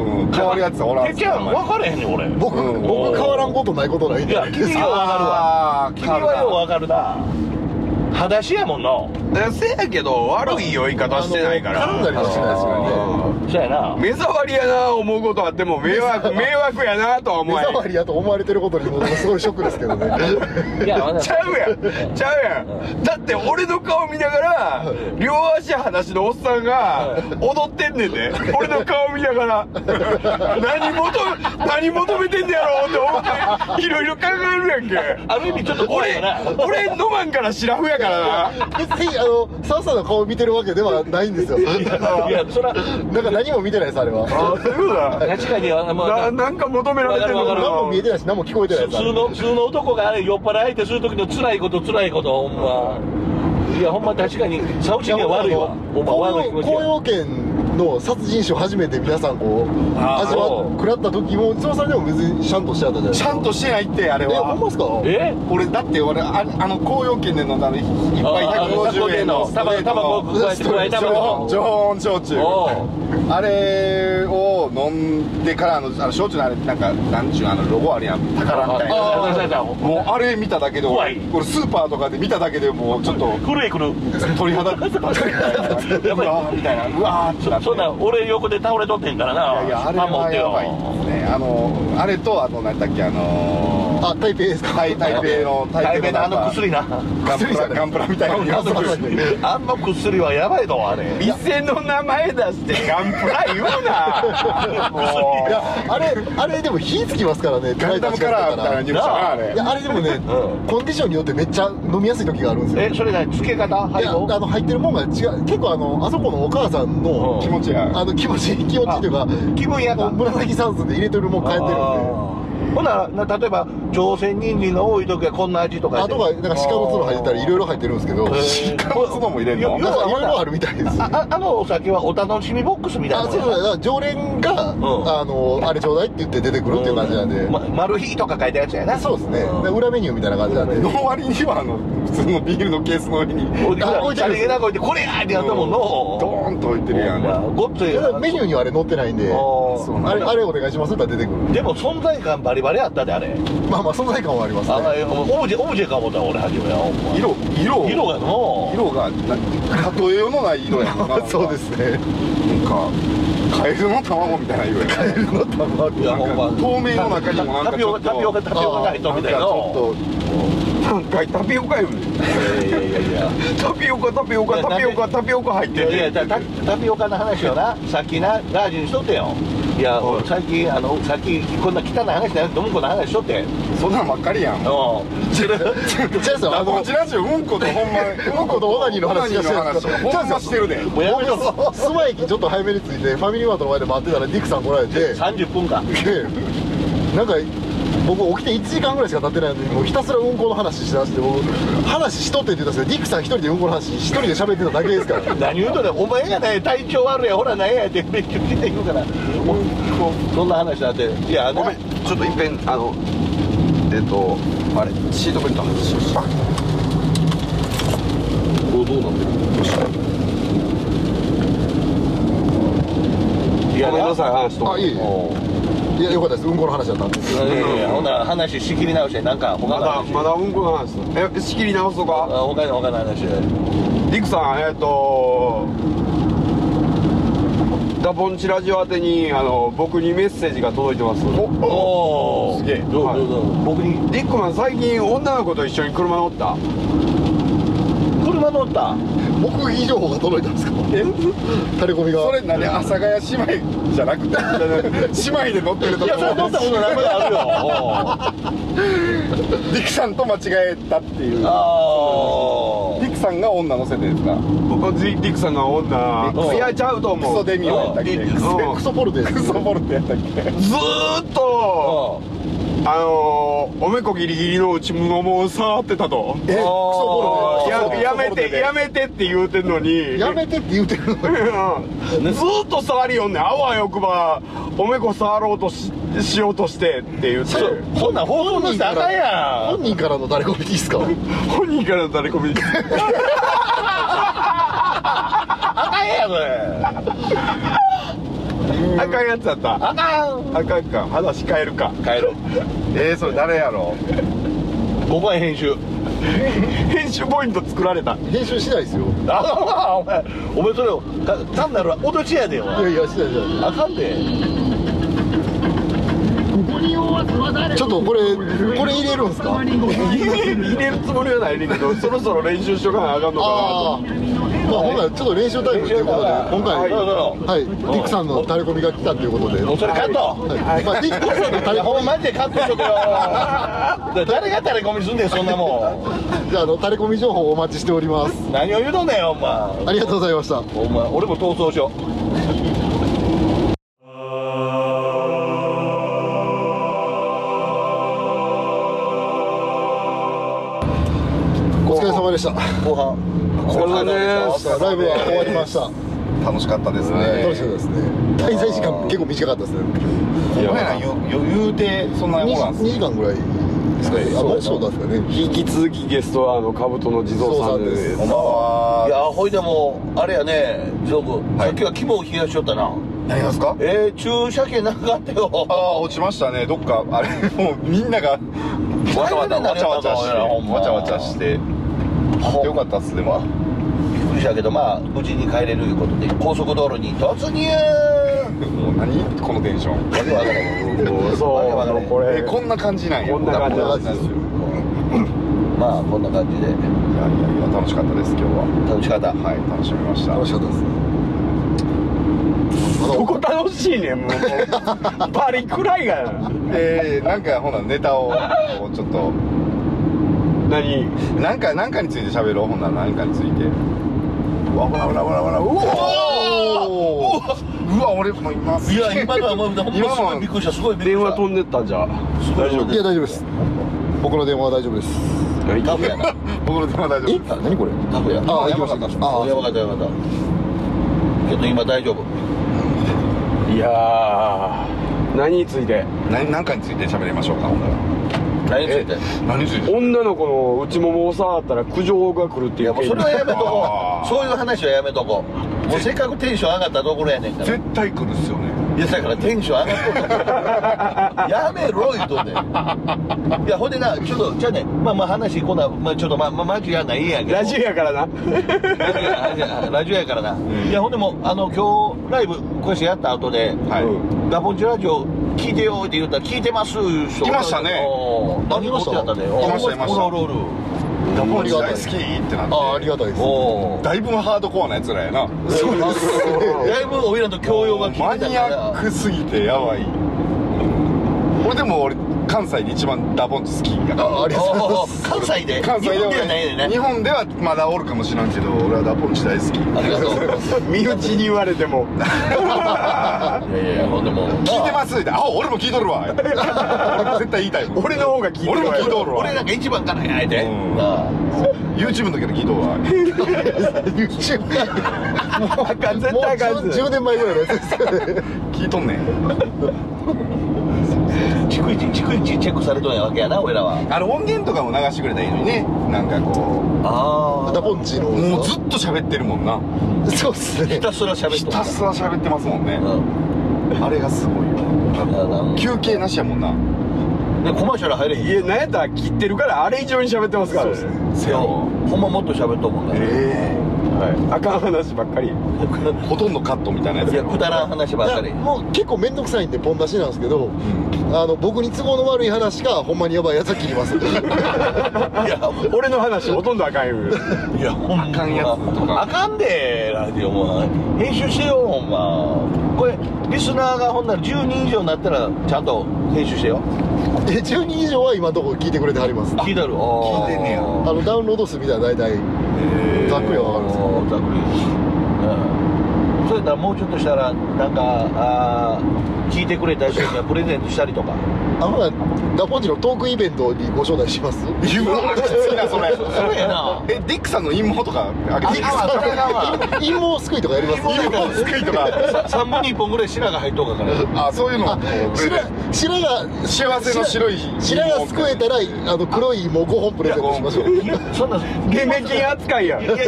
Speaker 2: ね
Speaker 3: ん変わるやつはおらん
Speaker 2: てっちゃん分かれへんねん俺
Speaker 1: 僕、
Speaker 3: うん
Speaker 1: 僕変わらんことないことないん
Speaker 2: い
Speaker 1: で
Speaker 2: や君よう分かるわ
Speaker 3: あー
Speaker 2: 君はよう分かるな裸足やもんな
Speaker 5: えせやけど悪い酔い方してないから
Speaker 1: あの絡んだりはしてないですからね
Speaker 2: そうやな
Speaker 5: 目障りやな思うことあっても迷惑迷惑やなとは
Speaker 1: 目
Speaker 5: 思えへん
Speaker 1: 障りやと思われてることにもすごいショックですけどね
Speaker 2: いや
Speaker 5: ちゃうやんちゃうやんだって俺の顔見ながら両足裸足のおっさんが踊ってんねんで俺の顔見ながら何求め何求めてんねやろって思っていろいろ考えるやんけ
Speaker 2: ある意味ちょっと怖い
Speaker 5: 俺
Speaker 2: よな
Speaker 5: 俺飲まんからシラフやからな
Speaker 1: 別にあの澤さんの顔見てるわけではないんですよ
Speaker 2: いやそら
Speaker 1: なんか何も見てないですあれは
Speaker 5: あそういうことだ
Speaker 2: 確かにあのまあ
Speaker 5: ななんか求められてるの
Speaker 2: わか
Speaker 5: か
Speaker 2: るわ
Speaker 1: 何
Speaker 5: な
Speaker 2: か
Speaker 1: も見えてないし何も聞こえてない
Speaker 2: 普
Speaker 1: ですあ
Speaker 2: 通
Speaker 1: れ
Speaker 2: の普通の男があれ酔っ払いってする時の辛いこと辛いことほんまいやほんま確かにサウチには悪いわほんま悪い気持
Speaker 1: 紅葉
Speaker 2: ちや
Speaker 1: 紅葉県の殺人種を初めて皆さんこう
Speaker 5: あー
Speaker 1: 味わ食らった時も澤さんでも別にシャンとしてあったじゃないです
Speaker 3: ち
Speaker 1: か
Speaker 3: ゃんとしてないってあれ
Speaker 1: えほんま
Speaker 3: は
Speaker 1: っすか
Speaker 2: え
Speaker 3: 俺だって俺ああの高揚券で飲んだのいっぱい
Speaker 2: ああの
Speaker 3: 150円のストレート
Speaker 2: タバコ
Speaker 3: の
Speaker 2: タバコ加えて加えて
Speaker 3: 常温常温焼酎
Speaker 2: おう
Speaker 3: あれを飲んでからあのあの焼酎のあれなんかなんちゅうあのロゴあるやん宝みたいな
Speaker 2: ああ
Speaker 3: もうあれ見ただけで
Speaker 2: 怖い
Speaker 3: 俺スーパーとかで見ただけでもうちょっと
Speaker 2: 来るへ来る
Speaker 3: 鳥肌鳥肌
Speaker 2: や
Speaker 3: う
Speaker 2: ばい
Speaker 3: わーみたいなうわーって
Speaker 2: そ
Speaker 3: なって
Speaker 2: そんな俺横で倒れとってんから
Speaker 3: い
Speaker 2: な
Speaker 3: やいやあれ
Speaker 2: パン持っ
Speaker 3: は
Speaker 2: て
Speaker 3: や
Speaker 2: よ
Speaker 3: ばいですねあのあれとあの何だっけあの
Speaker 1: あ台北ですか
Speaker 3: 台台 北の
Speaker 2: 大
Speaker 3: 北
Speaker 2: 変なあ
Speaker 3: なんか
Speaker 2: の薬な
Speaker 3: ガンプラガンプラみたいなやつ
Speaker 2: あんな薬はやばいぞあれ
Speaker 5: 店の名前出してガンプラ言う なも
Speaker 1: いやあれあれでも火つきますからね
Speaker 3: ガンダムカラーみたいな匂いしたなあれ
Speaker 1: いやあれでもね、
Speaker 2: う
Speaker 1: コンディションによってめっちゃ飲みやすい時があるんですよ
Speaker 2: えそれ何付け方
Speaker 1: い
Speaker 2: 配
Speaker 1: や
Speaker 2: 合
Speaker 1: あの入ってるもんが違う結構あのあそこのお母さんの、
Speaker 2: う
Speaker 3: 気持ちや
Speaker 1: あの気持ち気持ちというか
Speaker 2: 気分や
Speaker 1: あの
Speaker 2: だ
Speaker 1: 紫三寸で入れてるもん変えてるんで
Speaker 2: ほなな例えば朝鮮人参の多い時はこんな味とか
Speaker 1: あとがなんか鹿の角入ってたりいろいろ入ってるんですけど
Speaker 2: へ
Speaker 1: な
Speaker 2: ー
Speaker 3: 鹿の角も入れん
Speaker 2: よ
Speaker 3: の
Speaker 1: んかいろいろあるみたいです
Speaker 2: あああのお酒はお楽しみボックスみたい
Speaker 1: あ
Speaker 2: な
Speaker 1: そうそうだから常連が、あのあれちょうだいって言って出てくるっていう感じなんで、
Speaker 2: ま、マルヒとか書いたやつやな
Speaker 1: そうですね、
Speaker 2: うん
Speaker 1: で裏メニューみたいな感じなんで、
Speaker 3: の割にはあの普通のビールのケースの上に
Speaker 2: おい
Speaker 1: あ置いてる
Speaker 2: さりげなく置いてこれやってやったもんの
Speaker 3: ドーンと置いてるやん
Speaker 2: まあごっつい
Speaker 1: ただメニューにはあれ載ってないんで
Speaker 2: あ
Speaker 3: そう
Speaker 2: ー
Speaker 1: あれあれお願いしますって言ったら出てくる
Speaker 2: でも存在感バリバリあったであれ
Speaker 1: まあまあ存在感はありますね
Speaker 2: あのえオブジェオブジェか思った俺初めはほんま
Speaker 3: 色色
Speaker 2: 色がの
Speaker 3: 色がな例えようのない色やもんな
Speaker 1: そうですね
Speaker 3: なんかカエルの卵みたいな色やな
Speaker 1: の卵
Speaker 2: いやほんま
Speaker 3: 透明の中にもなん
Speaker 2: タ
Speaker 3: か
Speaker 2: ピ
Speaker 3: ちょ
Speaker 2: オ
Speaker 3: っ
Speaker 2: カ
Speaker 3: と
Speaker 2: タピオカタピオカ入っとるみたいな
Speaker 3: なんかちょっと何回タピオカより
Speaker 2: いやいやいや
Speaker 5: タピオカタピオカタピオカタピオカ入っ
Speaker 2: い
Speaker 5: て
Speaker 2: や
Speaker 5: る
Speaker 2: いやタタタピオカの話をなさっきなラージにしとってよいや俺さっきあのさっきこんな汚い話じゃなくてうんこの話しとって
Speaker 3: そんなんばっかりやん
Speaker 2: うんそれ
Speaker 1: じゃあさ
Speaker 3: あ
Speaker 1: あ
Speaker 3: の
Speaker 1: の
Speaker 3: うちラジオうんことほんま
Speaker 1: うんことオナニーの話
Speaker 3: オナニーの話
Speaker 1: じゃあ
Speaker 3: ほんましてるで
Speaker 2: もうやめろ
Speaker 1: 僕スマ駅ちょっと早めに着いてファミリーマートの前で待ってたらディクさん来られ て
Speaker 2: 30分か
Speaker 1: でなんか僕起きて1時間ぐらいしか経ってないのにもうひたすらうんこの話しだして僕話しとってって言ったんですけどディクさん一人でうんこの話一人で喋ってただけですから
Speaker 2: 何言うとねんお前がね体調悪いやほら何やって結局言うからもうそんな話だっていやあの
Speaker 3: ごめんちょっといっぺんあのえっとあれシートベルト外しました
Speaker 2: これどうなってるいや
Speaker 5: ごめんな
Speaker 2: な
Speaker 5: さい話と
Speaker 1: あいえいえいやよかったですうんこの話だったんで
Speaker 2: いやいやほんなら話仕切り直してなんか他の
Speaker 5: まだ
Speaker 2: 話
Speaker 5: まだうんこの話え仕切り直すと
Speaker 2: あ
Speaker 5: か
Speaker 2: 他の他の話
Speaker 5: リクさんえっとザ・ボンチラジオ宛てにあの僕にメッセージが届いてます
Speaker 2: おお
Speaker 3: すげえ
Speaker 2: どうどうどう僕に
Speaker 5: リックマン最近女の子と一緒に車乗った
Speaker 2: 車乗った
Speaker 1: 僕以上が届いたんですかタレコミが
Speaker 3: それ何阿佐ヶ谷姉妹じゃなくて 姉妹で乗ってると
Speaker 2: い
Speaker 3: こ
Speaker 2: やそれ乗ったことないまだあるよ
Speaker 3: ディクさんと間違えたっていうデ
Speaker 2: あ
Speaker 3: ィクさんが女乗せてですか
Speaker 5: 僕リリックさんが女
Speaker 2: え
Speaker 5: いやちゃうと
Speaker 3: ク
Speaker 5: 思う
Speaker 3: ソデミオやったっけ
Speaker 5: うん
Speaker 1: クソポルテ
Speaker 3: クソボルトやったっけ
Speaker 5: ずーっと
Speaker 2: あ
Speaker 5: あのー、おめこギリギリのうちももう触ってたと
Speaker 1: えク
Speaker 2: あ
Speaker 1: ソ
Speaker 2: ー
Speaker 1: ポルテ
Speaker 5: ややめてや
Speaker 1: め
Speaker 5: めてって言うてんのに
Speaker 1: やめてって言うてるのに
Speaker 5: うんずーっと触りよんねんあわよくばおめこ触ろうとししようとしてって言って
Speaker 2: そうこんなん放送のしたらあかんやん
Speaker 1: 本人からのタレコミでいいですか
Speaker 5: 本人からのタレコミです
Speaker 2: あかんやんそれ
Speaker 5: あかんやつだった
Speaker 2: あかん
Speaker 5: あかんか話変えるか
Speaker 2: 帰ろう
Speaker 3: えー、それ誰やろ
Speaker 2: ここは編集
Speaker 5: 編集ポイント作られた
Speaker 1: 編集しないですよ
Speaker 2: あかんわお前お前それをた単なる落としやでお
Speaker 1: いや
Speaker 2: 前
Speaker 1: いやしないしない
Speaker 2: あかんで
Speaker 1: ちょっとこれこれ入れるんですか
Speaker 5: 入れ入れるつもりはないねんけどそろそろ練習しとかなあかんのかなと
Speaker 1: ああまあほんならちょっと練習タイムということで今回
Speaker 2: はいどうぞ
Speaker 1: はいディックさんのタレコミが来たということで
Speaker 2: もうそれカット
Speaker 1: はいまあディックさんのタ
Speaker 2: い
Speaker 1: レ
Speaker 2: やほ
Speaker 1: コ
Speaker 2: ん
Speaker 1: ミ
Speaker 2: まマジでカットしとけよだ誰がタレコミすんねんそんなも
Speaker 1: じゃああのタレコミ情報お待ちしております
Speaker 2: ん何を言うとんねんお前
Speaker 1: ありがとうございました
Speaker 2: お前俺も逃走しよう
Speaker 1: お疲れ様でした
Speaker 2: 後半
Speaker 5: お疲れ様です
Speaker 1: ライブは終わりました
Speaker 3: 楽しかったですね
Speaker 1: 楽しかったですね滞在時間結構短かったですね
Speaker 3: お前ら言う言うてそんなもんなんす
Speaker 1: 2時間ぐらいですかねあもうちょっとなんですかね
Speaker 5: 引き続きゲストはあの兜の地蔵さんで
Speaker 1: 地
Speaker 5: す
Speaker 1: 蔵
Speaker 3: お前はい
Speaker 2: やほいでもあれやねゾブさっきは肝を冷やしよったな
Speaker 3: 何がですか
Speaker 2: えー、駐車券なかったよ
Speaker 3: ああ落ちましたねどっかあれ もうみんながわちゃわちゃわちゃわちゃして
Speaker 2: ほんま
Speaker 3: わちゃわちゃしてよかったっすでも
Speaker 2: びっくりしたけどまあ無事に帰れるいうことで高速道路に突入
Speaker 3: もう何このテンション
Speaker 2: わけわからない
Speaker 5: そうあのこ
Speaker 3: え
Speaker 5: れ
Speaker 3: ー こんな感じなんや
Speaker 5: こんな感じなんです
Speaker 1: よ
Speaker 2: まあこんな感じで
Speaker 3: いやいやいや楽しかったです今日は
Speaker 2: 楽しかった
Speaker 3: はい楽しみました
Speaker 1: 楽しかったですあの
Speaker 5: どこ楽しいねんもうバリくらいが
Speaker 3: えー、なんかほなネタをこうちょっと
Speaker 5: 何
Speaker 3: なんかなんかについて喋ろうほんなら何かについてうわほらほらほらほらうわ
Speaker 2: お
Speaker 3: うわ俺もいます
Speaker 2: いや今のはもうもうす
Speaker 3: 今の
Speaker 2: ご
Speaker 3: はい
Speaker 2: びっくりしたすごいびっくり
Speaker 5: 電
Speaker 2: した
Speaker 5: 話飛んでったじゃあ
Speaker 2: すごい
Speaker 1: いや大丈夫です僕の電話は大丈夫です
Speaker 2: タフやな
Speaker 3: 僕の電話大丈夫
Speaker 1: あ何これ
Speaker 2: タフや
Speaker 1: ああ行
Speaker 3: や
Speaker 1: きま
Speaker 3: ばか
Speaker 1: し
Speaker 3: っ
Speaker 1: た
Speaker 3: たっす
Speaker 1: ああ
Speaker 2: やばかったやばかったけど今大丈夫
Speaker 5: いやー何について
Speaker 3: 何何かについて喋りましょうかほんなら
Speaker 2: 何について
Speaker 3: 何について
Speaker 5: 女の子の内ももを触ったら苦情が来るって
Speaker 2: い
Speaker 5: い
Speaker 2: や
Speaker 5: う
Speaker 2: もう
Speaker 5: 件
Speaker 2: それはやめとこ
Speaker 3: あー
Speaker 2: うそういう話はやめとこうもうせっかくテンション上がったところやねんから
Speaker 3: 絶対来るっすよね
Speaker 2: いやだからテンション上がっとったからやめろ言うとんねんいやほんでなちょっとじゃあねまあまあ話こんな、まあ、ちょっとまあまあマジやないんやけど
Speaker 5: ラジオやからな
Speaker 2: オラジオやからな、いやほんでもうあの今日ライブこうしてやった後で
Speaker 3: はい、
Speaker 5: うん
Speaker 2: ダボンチラジオ聞いてよって言ったら聞いてますいう人
Speaker 3: 来ましたね
Speaker 2: おー何
Speaker 1: 来ました
Speaker 2: 持ってやったね
Speaker 3: 来ました来ました
Speaker 2: おるおるおる
Speaker 3: ダボ
Speaker 1: ありがた
Speaker 3: 大
Speaker 1: い
Speaker 3: 好きってなって
Speaker 1: ああありがたいです
Speaker 2: おー
Speaker 3: だいぶハードコアなやつらやな
Speaker 1: そうです
Speaker 2: だいぶおいらの教養が効いてた
Speaker 3: マ
Speaker 2: から
Speaker 3: ニアックすぎてやばい俺でも俺関西で一番ダボンチ好きやから
Speaker 1: あありがとうございます
Speaker 2: おー関西で
Speaker 3: 関西
Speaker 2: 日
Speaker 3: で
Speaker 2: 本
Speaker 3: は
Speaker 2: ではないよね
Speaker 3: 日本ではまだおるかもしれんけど俺はダボンチ大好き
Speaker 2: ありがとうございます
Speaker 5: 身内に言われても
Speaker 2: いやいやほんでも
Speaker 3: 聞いてますってあ俺も聞いとるわ俺も絶対言いたいもん
Speaker 5: 俺の方が聞いて
Speaker 3: 俺も聞いとるわ
Speaker 2: 俺なんか一番からやいて
Speaker 3: うん
Speaker 2: なあ
Speaker 3: YouTube の時の聞いとるわ
Speaker 1: YouTube
Speaker 5: あかん絶
Speaker 1: もう
Speaker 5: 対あかんっす
Speaker 1: 10, 年前ぐらいのやつです
Speaker 3: 聞いとんねん
Speaker 2: 逐一逐一チェックされとんやわけやな俺らは
Speaker 3: あれ音源とかも流してくれたらいいのにねなんかこう
Speaker 2: あ
Speaker 1: ダポンチの
Speaker 3: もうずっと喋ってるもんな
Speaker 1: そうっす
Speaker 2: ひ
Speaker 1: ね
Speaker 2: たすら喋っ
Speaker 3: ひ
Speaker 2: と
Speaker 3: たすら喋ってますもんね
Speaker 2: ら
Speaker 3: あれがすごいよ休憩なしやもんな
Speaker 2: でコマーシャル入れへん
Speaker 5: いやなんやったら切ってるからあれ以上に喋ってますからね
Speaker 3: せ
Speaker 2: いや
Speaker 3: や
Speaker 2: ほんまもっと喋っとんもんね
Speaker 3: え
Speaker 5: はい、あかん話ばっかり
Speaker 3: ほとんどカットみたいなやつ
Speaker 2: いや、くだらん話ばっかり。
Speaker 1: もう結構面倒くさいんでポン出しなんですけど、あの僕に都合の悪い話かほんまにやばいやつは切ります
Speaker 2: いや、
Speaker 5: 俺の話ほとんどあ かんよ
Speaker 2: いや、ほんま
Speaker 3: あかんやつとか
Speaker 2: あかんで、ラジオも。編集してよ、ほんま。これ、リスナーがほんなら10人以上になったら、ちゃんと編集してよ。
Speaker 1: え10人以上は今のところ聞いてくれてはります
Speaker 2: 聞いたる。
Speaker 3: 聞いてんねや
Speaker 1: あのダウンロード数みたいな大体ざっくりはわかるんですけど
Speaker 2: ざっくり。うん。それならもうちょっとしたら、なんか、あー聞いてくれた人にはプレゼントしたりとか。
Speaker 1: あほらダポンジのトークイベントにご招待します
Speaker 3: 言うわきついなそれ
Speaker 2: それやな。
Speaker 3: えディックさんの陰謀とかあ
Speaker 2: あかんわ、それあかんわ。
Speaker 1: 陰謀すくいとかやります
Speaker 3: 陰謀すくいとか
Speaker 2: 3分に1本ぐらい白が入っとうかから。
Speaker 3: あそういうの
Speaker 1: あ白白が
Speaker 3: 幸せの白い
Speaker 1: 白がすくえたらあの黒いもう5本プレゼントしましょう
Speaker 2: いやそんな
Speaker 5: ゲメキン扱いやん
Speaker 2: いやいや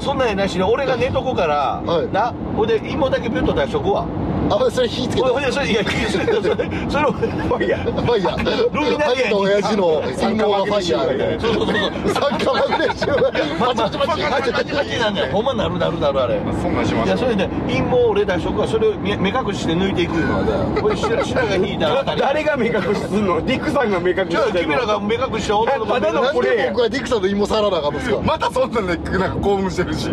Speaker 2: そんなんやなしに俺が寝とこから、
Speaker 1: はい
Speaker 2: なほいで芋だけピュッと出しとくわ
Speaker 1: あそれ火つけて
Speaker 2: ほいでそれいやそれそれそれを
Speaker 5: おいや
Speaker 1: ファイヤー
Speaker 2: ルミナリ
Speaker 1: ハゲ
Speaker 2: アに
Speaker 1: の親父の陰謀はファイヤーみたいな
Speaker 2: そうそうそうそう
Speaker 1: 三冠マグネシウム
Speaker 2: パ
Speaker 1: パ
Speaker 2: チ
Speaker 1: チ
Speaker 2: パ
Speaker 1: パチ
Speaker 2: チパ
Speaker 1: パ
Speaker 2: チ
Speaker 1: チ
Speaker 2: パ
Speaker 1: パチパ
Speaker 2: チパチ
Speaker 1: チ
Speaker 2: パチなんだよほんまなるなるなるあれ
Speaker 3: そんなんしま
Speaker 2: い
Speaker 3: しょ
Speaker 2: や
Speaker 3: う
Speaker 2: それで陰謀を俺出しとくわそれを目目隠して抜いていくいうのはねこれ白白が引いたあたり
Speaker 5: 誰が目隠しすんのディックさんが目隠し
Speaker 2: じゃあ
Speaker 5: してん
Speaker 2: 君ら
Speaker 5: の
Speaker 2: が目隠した男の子
Speaker 5: ただの
Speaker 1: なん
Speaker 5: これ
Speaker 1: で僕はディクさんの陰謀さらなあかったんですか
Speaker 3: またそんなんでなんか興奮してるし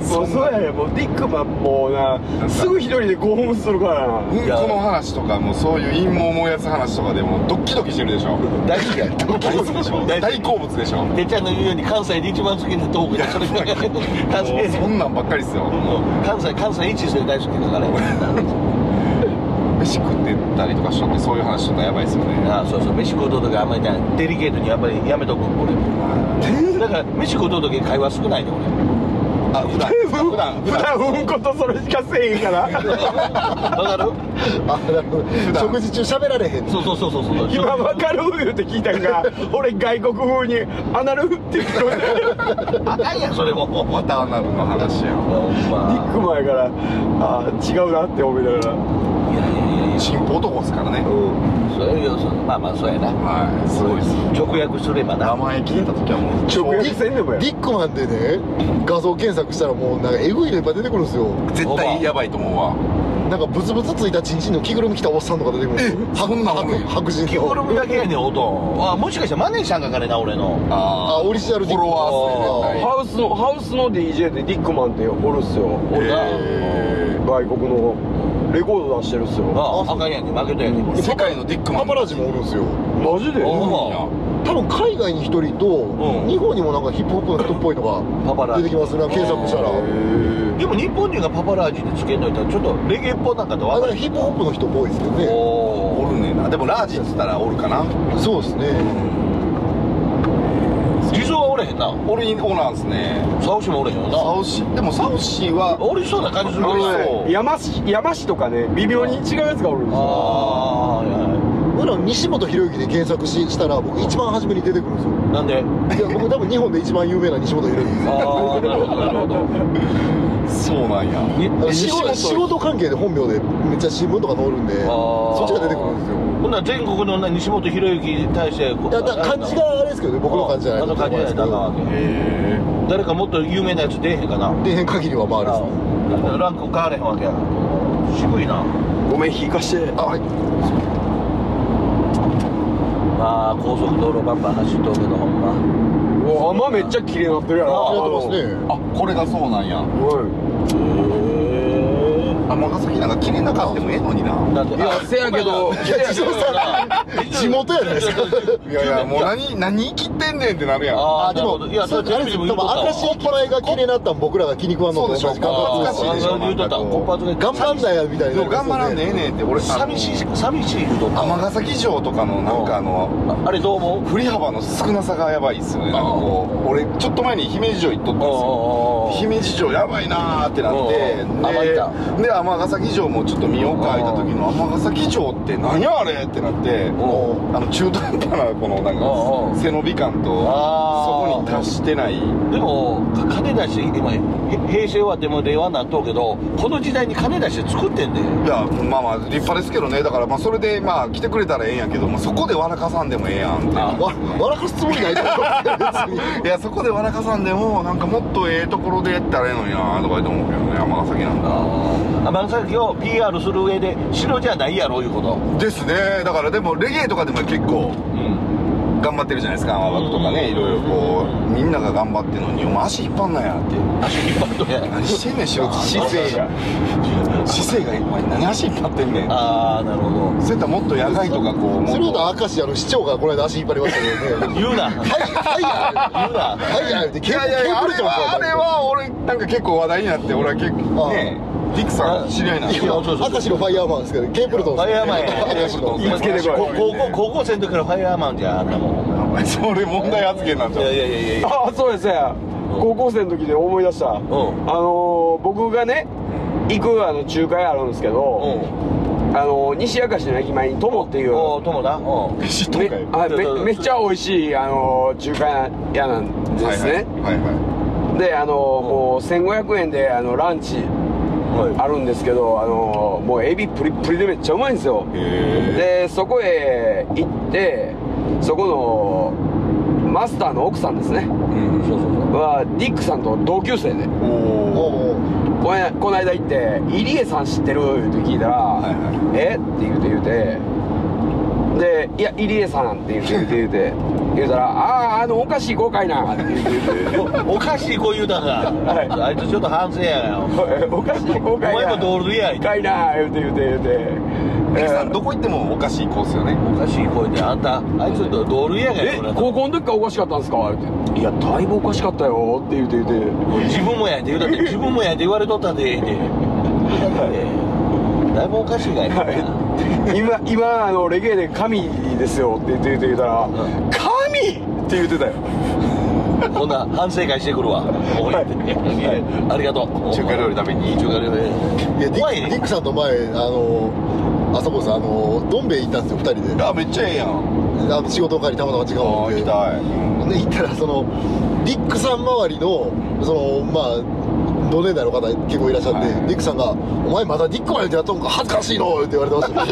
Speaker 5: そうそうやねもうディックマンもうなすぐ一人で興奮するから
Speaker 3: う
Speaker 5: な
Speaker 3: んこの話とかもそういう陰謀燃やす話とかでもドッキドキしてるでしょ
Speaker 2: 大好きや
Speaker 3: ドキドキでしょ
Speaker 2: 大好き
Speaker 3: 大好物でしょ
Speaker 2: てっちゃんの言うように関西で一番好きなトークでそれが関
Speaker 3: もう
Speaker 2: 西
Speaker 3: そんなんばっかりっすよ
Speaker 2: 関西関西一して大好きだから
Speaker 3: 飯食ってたりとかしとってそういう話とかやばいっすよね
Speaker 2: ああそうそう飯食うとう時あんまりねデリケートにやっぱりやめとく俺だから飯食うとう時会話少ないね俺
Speaker 3: あ普段普 段普
Speaker 5: 普
Speaker 3: 段
Speaker 5: 段うんことそれしかせえへんから
Speaker 2: わかる
Speaker 1: あなるほど食事中喋られへん
Speaker 2: そうそうそうそうそう
Speaker 5: 今わかる言うて聞いたんが俺外国風にアナルフって言ってた
Speaker 2: あかんやんそれもほん
Speaker 3: またアナルの話や
Speaker 5: ビッ
Speaker 2: ま
Speaker 5: グマンやからあー違うなって思いながら
Speaker 2: いやいやいやいや
Speaker 3: 進歩男ですからね
Speaker 2: それよそまあまあそうやな
Speaker 3: はいすごいっす
Speaker 2: 直訳すれば
Speaker 3: 名
Speaker 2: な
Speaker 3: 前聞いた時はもう
Speaker 5: 直
Speaker 1: デ
Speaker 5: 訳
Speaker 1: ィ
Speaker 5: せんでもや
Speaker 1: ディックマンでね画像検索したらもうなんかエグいのいっぱい出てくるんですよ
Speaker 3: 絶対やばいと思うわ
Speaker 1: なんかブツブツついたチンチンの着ぐるみ着たおっさんとか出てくるんですよ
Speaker 3: そんなの
Speaker 1: 白白人
Speaker 2: 着ぐる
Speaker 1: の
Speaker 2: みだけやねん音あもしかしてマネーさんがかねな俺の
Speaker 3: あ
Speaker 1: あオリジナル
Speaker 3: フォロワー数ね
Speaker 5: ハウスのハウスの DJ でディックマンっておるっすよ
Speaker 2: おるな
Speaker 5: 外国のレコード出してるっすよ
Speaker 2: ああかんやんね負けたやんねこれ
Speaker 3: 世界のディックマン
Speaker 1: パパラジもおるんですよ
Speaker 5: マジで
Speaker 2: お
Speaker 1: 多分海外に一人
Speaker 2: う
Speaker 1: と
Speaker 2: ん
Speaker 1: 日本にもなんかヒップホップの人っぽいの
Speaker 2: パパラ
Speaker 1: が出てきますね検索したら
Speaker 2: でも日本人がパパラージでつけんといたらちょっとレゲエっぽなんかと
Speaker 1: あ
Speaker 2: わ
Speaker 1: な
Speaker 2: か
Speaker 1: ん
Speaker 2: る
Speaker 1: かヒップホップの人っぽいですけどね
Speaker 2: お
Speaker 3: おるねんなでもラージっつったらおるかな
Speaker 1: そうですね
Speaker 2: 地蔵はおれへんな
Speaker 3: おるいおらんすね
Speaker 2: サオシもおれへんよな
Speaker 3: サオシでもサオシは
Speaker 2: おりそうな感じする
Speaker 5: あ
Speaker 2: けど
Speaker 5: のね山市山市とかね微妙に違うやつがおるんですよ
Speaker 2: ああーはい
Speaker 1: ほら西本博之で検索ししたら僕一番初めに出てくるんですよ
Speaker 2: はいなんで
Speaker 1: いや僕多分日本で一番有名な西本博之です
Speaker 2: ああなるほどなるほど
Speaker 3: そうなんや
Speaker 1: あ仕事仕事関係で本名でめっちゃ新聞とか載るんでそっちが出てくるんですよ
Speaker 2: ほんなら全国のな西本博之に対してこう
Speaker 1: いやだから漢字があれですけどね僕の漢字じゃない
Speaker 2: あの感じじゃないだわけ
Speaker 3: へ
Speaker 2: 誰かもっと有名なやつ出えへんかな
Speaker 1: 底辺限りはまああれですね
Speaker 2: あランク変われへんわけや渋いな
Speaker 5: ごめん引かして
Speaker 1: あはい
Speaker 2: まあ高速道路バンバン走っとうけどほんま
Speaker 5: 浜めっちゃ綺麗になってるや
Speaker 1: ありが
Speaker 5: ろ
Speaker 1: とうございますね
Speaker 3: あこれがそうなんや
Speaker 5: お
Speaker 3: 尼崎なんか切れなかってもええのにな
Speaker 2: だってい
Speaker 5: いせやけ ど
Speaker 1: いや地蔵さん地元やないですか
Speaker 3: いやいやもう何何生きてんねんってなるやん
Speaker 2: あ
Speaker 1: あ
Speaker 2: あで
Speaker 1: でも
Speaker 2: もいや
Speaker 1: そうかあれです
Speaker 2: で
Speaker 1: よ多分明石駅前が綺麗になったん僕らが気に食わんのと同じ感
Speaker 3: そう
Speaker 1: 覚
Speaker 3: でしょ
Speaker 1: ですよ
Speaker 3: 恥ずかしいでしょ
Speaker 2: 言うとったコッパ
Speaker 1: 頑張んなよみたいな
Speaker 3: 頑張らんでええねんって俺
Speaker 2: 寂しい
Speaker 3: い
Speaker 2: 寂しい言うとった
Speaker 3: 尼崎城とかのなんかあの
Speaker 2: ああれどう思う
Speaker 3: 振り幅の少なさがやばいっすよねなんかこう俺ちょっと前に姫路城行っとったんですよ姫路城やばいなーってなって
Speaker 2: うん甘いた
Speaker 3: でで尼尼崎城もちょっと見ようか言った時の尼崎城って何やあれってなって
Speaker 2: お
Speaker 3: あの中途半端なこのなん
Speaker 2: おうおう
Speaker 3: か背伸び感と
Speaker 2: あー
Speaker 3: そこに達してない
Speaker 2: でもか金出して今へ平成はでも令和になっとうけどこの時代に金出して作ってんで
Speaker 3: いやまあまあ立派ですけどねだからまあそれでまあ来てくれたらええんやけど、まあ、そこで笑かさんでもええやんって
Speaker 2: あ
Speaker 1: わ笑かすつもりないと思う別に
Speaker 3: いやそこで笑かさんでもなんかもっとええところでやったらええのになとか言って思うけどね尼崎なんだ
Speaker 2: 尼崎を PR する上で城じゃないやろいうこと
Speaker 3: ですねだからでもレゲエとかでも結構
Speaker 2: うん
Speaker 3: 頑張ってるじゃないですかアワークとかねいろいろこうみんなが頑張ってるのにお前足引っ張んなやって
Speaker 2: 足引っ張っとや
Speaker 3: 何してんねんしよ姿勢が姿勢がお前何足引っ張ってんねん
Speaker 2: ああなるほど
Speaker 3: そういったらもっと野外とかこうも
Speaker 1: それ
Speaker 3: っ
Speaker 1: ほ
Speaker 3: と
Speaker 1: ど明石あの市長がこの間足引っ張りましたけどね
Speaker 2: 言うな
Speaker 1: はいはい
Speaker 2: 言うな
Speaker 1: はいはいって
Speaker 3: いやいやいやあれはあれは俺なんか結構話題になって俺は結
Speaker 1: あ
Speaker 3: 構
Speaker 1: あ
Speaker 3: ねディックさん知り合いなんですよ
Speaker 2: そうそうそう
Speaker 1: 明石のファイヤーマンですけどケープルトン
Speaker 2: ファイヤーマンや
Speaker 1: 明石の
Speaker 3: ケープルトンつけてこい
Speaker 2: こ高校高校生の時からファイヤーマンじゃあんなもん
Speaker 3: それ問題発言なん
Speaker 2: い
Speaker 3: じゃ
Speaker 2: や
Speaker 3: ん
Speaker 2: いやいやいやいや
Speaker 5: ああそうですね高校生の時で思い出した、あのー僕がね行くあの仲介あるんですけ
Speaker 2: うん
Speaker 5: ど、あのー西明石の駅前にトモっていう
Speaker 2: おお友なうん
Speaker 3: 知っとん
Speaker 5: め
Speaker 3: かい
Speaker 5: あ
Speaker 2: どうぞどうぞ
Speaker 5: めめっちゃ美味しい、あのー中華屋なんですね、
Speaker 3: はいは
Speaker 5: であのーもう1500円であのランチあるんですけどあのーもうエビプリプリでめっちゃうまいんですよ
Speaker 3: いはいへ
Speaker 5: でそこへ行ってそこのマスターの奥さんですね
Speaker 3: えうん
Speaker 2: そうそうそう
Speaker 5: はディックさんと同級生で
Speaker 3: おお
Speaker 1: おうおう
Speaker 5: このこの間行って「入江さん知ってる?」って聞いたら
Speaker 3: い
Speaker 5: 「
Speaker 3: は
Speaker 5: えっ?」て言うて言うてで「いや入江さん」って言うて言うて言うて言うたら「あああのおかしい豪快な」って言うて言うて
Speaker 2: おかしいこう言うたんが、
Speaker 5: はい
Speaker 2: あいつちょっと反省やよ
Speaker 5: おかしい豪
Speaker 2: お
Speaker 5: 快な
Speaker 2: 前もドールやい
Speaker 5: 豪快な言うて言うて言うて
Speaker 3: ディックさん
Speaker 5: えー
Speaker 3: どこ行ってもおかしい子っすよね
Speaker 2: おかしい声であんたあいつドールやが
Speaker 5: え
Speaker 2: よ俺
Speaker 5: 高校の時からおかしかったんですか?」って言って「いやだいぶおかしかったよ」って言うて言うて
Speaker 2: 自分もやって言うたって自分もやって言われとったでってだいぶおかしいがいな、
Speaker 5: 今今あのレゲエで神ですよって言って言って言うたら
Speaker 2: ん
Speaker 5: 「神!」って言うてたよ
Speaker 2: こんな反省会してくるわ、はいありがとう
Speaker 3: 中華料理食べに
Speaker 2: 中華料理
Speaker 1: いやディ
Speaker 2: 怖
Speaker 1: ッ
Speaker 2: い
Speaker 1: クディックさんと前あのあそこですあのどん兵衛行ったんですよ二人で
Speaker 3: あめっちゃええやん
Speaker 1: あの仕事帰りたまたま時間
Speaker 3: あ
Speaker 1: を持
Speaker 3: あ
Speaker 1: っ
Speaker 3: 行
Speaker 1: て
Speaker 3: きたい
Speaker 1: で行ったらそのリックさん周りのそのまあ同年代の方結構いらっしゃって、
Speaker 3: はい
Speaker 1: リックさんが「お前まだリックまでやっとんか恥ずかしいの!」って言われてました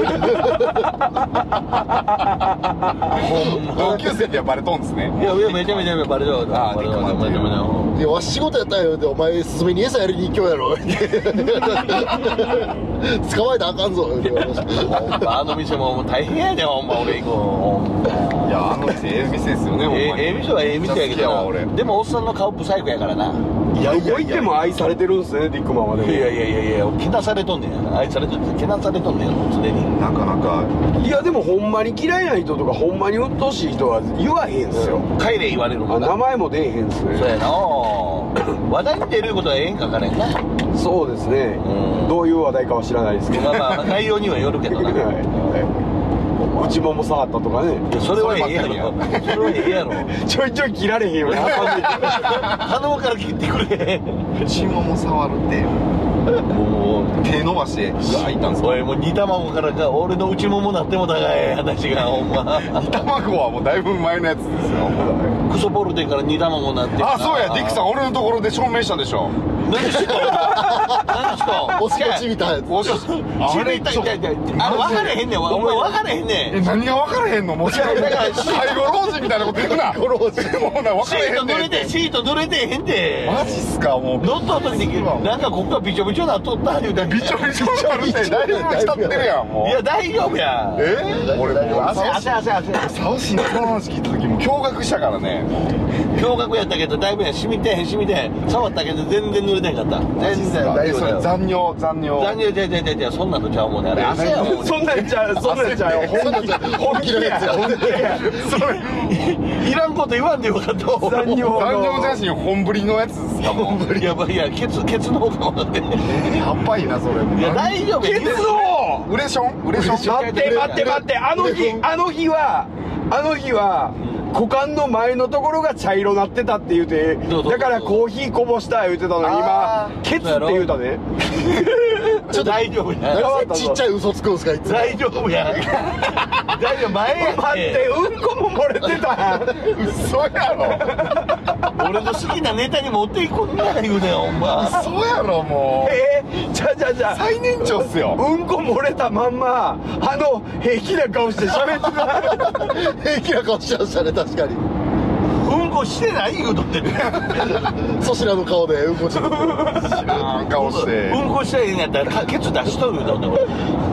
Speaker 3: 同級生ってやっぱバレとんですね
Speaker 2: いやいやめちゃめちゃバレた
Speaker 3: あーリックマンっていう
Speaker 1: 「いやわし仕事やったんや」って「お前すすめに餌やりに行きようや ろ」って「捕まえたらあかんぞ」って言われました
Speaker 2: あの店ももう大変やでほんま俺行こう
Speaker 3: いやあの店ええ店ですよねほん
Speaker 2: え
Speaker 3: まに
Speaker 2: ええ店はええ店やけ
Speaker 3: めっちゃ好きやわ
Speaker 2: ど
Speaker 3: 俺
Speaker 2: なでもおっさんの顔ブサイクやからない
Speaker 3: やいやいや
Speaker 5: どこ行っても愛されてるんですねディックマンはでも
Speaker 2: いやいやいやいやけなされとんねん愛されとんねんけなされとんねんもう常に
Speaker 3: なかなか
Speaker 5: いやでもほんまに嫌いな人とかほんまに鬱陶しい人は言わへんすよ、
Speaker 2: 帰れ言われるも
Speaker 5: あ
Speaker 2: んな
Speaker 5: 名前も出えへんっす
Speaker 2: そう
Speaker 5: ね
Speaker 2: やな話題に出ることはええんかからんな
Speaker 5: そうですね
Speaker 2: うん
Speaker 5: どういう話題かは知らないですけど、
Speaker 2: まあまあ内容にはよるけどな
Speaker 5: はい内もも触ったとかね
Speaker 2: いやそれはええやろ
Speaker 3: そればっ
Speaker 2: それはええやろ
Speaker 5: ちょいちょい切られへんように挟んで
Speaker 2: 頼むから切ってくれ
Speaker 3: 内もも触るって
Speaker 2: もう
Speaker 3: 手伸ばして開いたんですか
Speaker 2: おいもう煮卵からか俺の内ももなっても高い話がほんま
Speaker 3: 卵はもうだいぶ前のやつですよ
Speaker 2: クソボルテから煮卵なって
Speaker 3: あそうやディックさ
Speaker 2: ん
Speaker 3: ん俺のところで証明したでしょ
Speaker 2: 何しとん何しとん
Speaker 1: おしちみたいなやつ
Speaker 3: おし
Speaker 2: あれ痛い痛い痛いあれ分かれへんねんお前分かれへんねん
Speaker 3: え何が分からへんのもちろん
Speaker 2: いや
Speaker 3: 介
Speaker 2: だから
Speaker 3: 護老人みたいなこと言うな
Speaker 1: ご老人
Speaker 3: もうな分
Speaker 2: シ
Speaker 3: かれ
Speaker 2: ー
Speaker 3: へ
Speaker 2: ト
Speaker 3: んね
Speaker 2: 濡
Speaker 3: ん
Speaker 2: れてシート濡れてへんて
Speaker 3: マジっすかもう
Speaker 2: 乗っとった時になんかここがびちょびちょなっとった言うて
Speaker 3: びちょ びちょになるってだいぶ浸ってるやんもう
Speaker 2: いや大丈夫や
Speaker 3: え俺もう
Speaker 2: 汗汗汗汗
Speaker 3: サオシのこの話聞いた時も驚愕したからね
Speaker 2: 驚愕やったけどだいぶや染みてへん染みてへん触ったけど全然濡れてへんかった全然
Speaker 3: え
Speaker 2: 大丈
Speaker 3: それ
Speaker 2: 夫だよ
Speaker 3: 残尿残尿
Speaker 2: 残尿じゃじゃじゃじゃそんなのちゃうもんねあれ汗やもん
Speaker 5: そんなんちゃうそんなんちゃうよ
Speaker 1: そんなんじゃ本気のやつや
Speaker 2: いらんこと言わんでよかった
Speaker 5: 残尿
Speaker 3: 残尿写真本ぶりのやつですかもう
Speaker 2: やばいやケツケツの方が分かって
Speaker 3: やっぱいなそれ
Speaker 2: いや大丈夫
Speaker 5: ケ
Speaker 2: や
Speaker 5: ツを
Speaker 3: ウレションウレション
Speaker 5: 待って待って待ってあの日あの日はあの日は股間の前のところが茶色なってたって言うて
Speaker 2: そうそう
Speaker 5: だからコーヒーこぼした言うてたのに今
Speaker 3: あ
Speaker 5: ケツって言うたで
Speaker 2: ちょっと大丈夫や
Speaker 1: なんでちっちゃい嘘つくんすかいつも
Speaker 2: 大丈夫や大丈夫前や
Speaker 5: 待って
Speaker 2: って
Speaker 5: うんこも漏れてた
Speaker 1: 嘘やろ
Speaker 2: 俺の好きなネタに持っていこんな言うねんほんま
Speaker 1: 嘘やろもう
Speaker 5: えー、じゃあじゃあじゃあ
Speaker 1: 最年長っすよ
Speaker 5: うんこ漏れたまんまあの平気な顔して喋ってた
Speaker 1: 平気な顔しましたね確かに
Speaker 2: うんこしてない言うとってる
Speaker 1: 粗品の顔でうんこちょっと
Speaker 3: 顔して
Speaker 2: うんこしたらええんやったらかケツ出しとる言うとって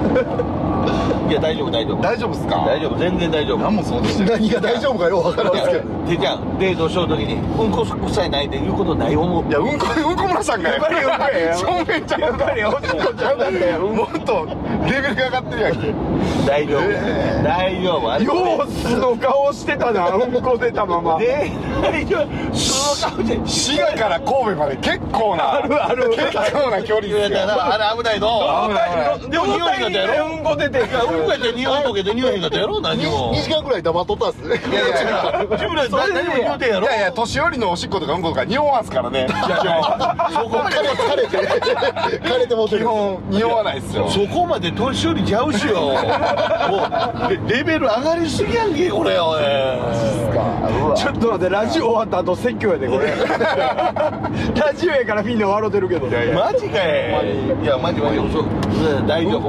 Speaker 2: 俺いや大丈夫大丈夫
Speaker 3: 大丈夫っすか
Speaker 2: 大丈夫全然大丈夫
Speaker 3: 何もそうとしてない
Speaker 1: 何が大丈夫かようわからんですけどね
Speaker 2: てっちゃんデートしようときにうんこ臭いないで言うことない思う
Speaker 3: いやうんこうんこ漏らしたんかやっぱり正面ち ゃうか
Speaker 5: やっぱりうんこちゃうかったよ
Speaker 3: もっとレベルが上がってるやんけ
Speaker 2: 大丈夫、大丈夫あれ
Speaker 5: よう素の顔してたなうんこ出たまま
Speaker 2: で大丈夫その顔で
Speaker 3: 滋賀から神戸まで結構な
Speaker 5: あるある
Speaker 3: 結構な距離ですよ
Speaker 2: あれ危ないの
Speaker 3: 危ない危ない
Speaker 2: でも匂いがったやろ
Speaker 5: うんこ出て
Speaker 2: いやうんこやったら匂いもけど匂いへんかったやろ何も
Speaker 1: 2時間くらい黙っとったんすね
Speaker 3: いやいやいや
Speaker 2: 自分ら何も言うてんや
Speaker 3: い
Speaker 2: ろ
Speaker 3: やいや年寄りのおしっことかうんことか匂わんすからね
Speaker 2: そこま
Speaker 1: 枯れ枯れて枯れてもうて
Speaker 3: 基
Speaker 1: る
Speaker 3: 本匂わないっすよ
Speaker 2: でそこまで年寄りちゃうしよもうレレベル上がりすぎやんけこれおい
Speaker 5: ちょっと待ってラジオ終わった後説教やでこれラジオやからみんな笑ってるけど
Speaker 3: やいや
Speaker 2: マジかいいやマジマジそううん大丈夫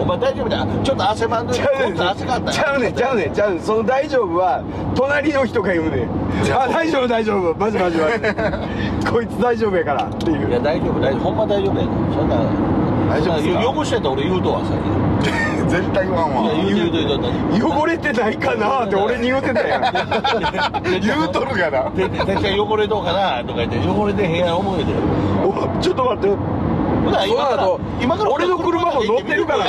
Speaker 2: お前大丈夫だちょっと汗ばんで
Speaker 5: ち
Speaker 2: ち
Speaker 5: ゃう
Speaker 2: ょ
Speaker 5: ね
Speaker 2: っ
Speaker 5: ん
Speaker 2: と汗かった
Speaker 5: ちゃうねんちゃうねんちゃうねんその大丈夫は隣の人が言うねんあ大丈夫大丈夫マジマジマジこいつ大丈夫やからって
Speaker 2: い
Speaker 5: い
Speaker 2: や
Speaker 5: う
Speaker 2: 大丈夫大丈夫ほんま大丈夫やそんな
Speaker 3: 大丈夫っすか
Speaker 2: そんな汚してたら俺言うとはさい
Speaker 3: 絶対言わんわ
Speaker 2: や言うと言うと言うと
Speaker 5: 汚れてないかなって俺に言うてたやん
Speaker 3: 言うとるがな
Speaker 2: てててて汚れとうかなとか言って汚れてへんやろ思うで
Speaker 5: おちょっと待って
Speaker 2: ほな今から
Speaker 5: その後
Speaker 2: 今から
Speaker 5: 俺の車も乗ってるからな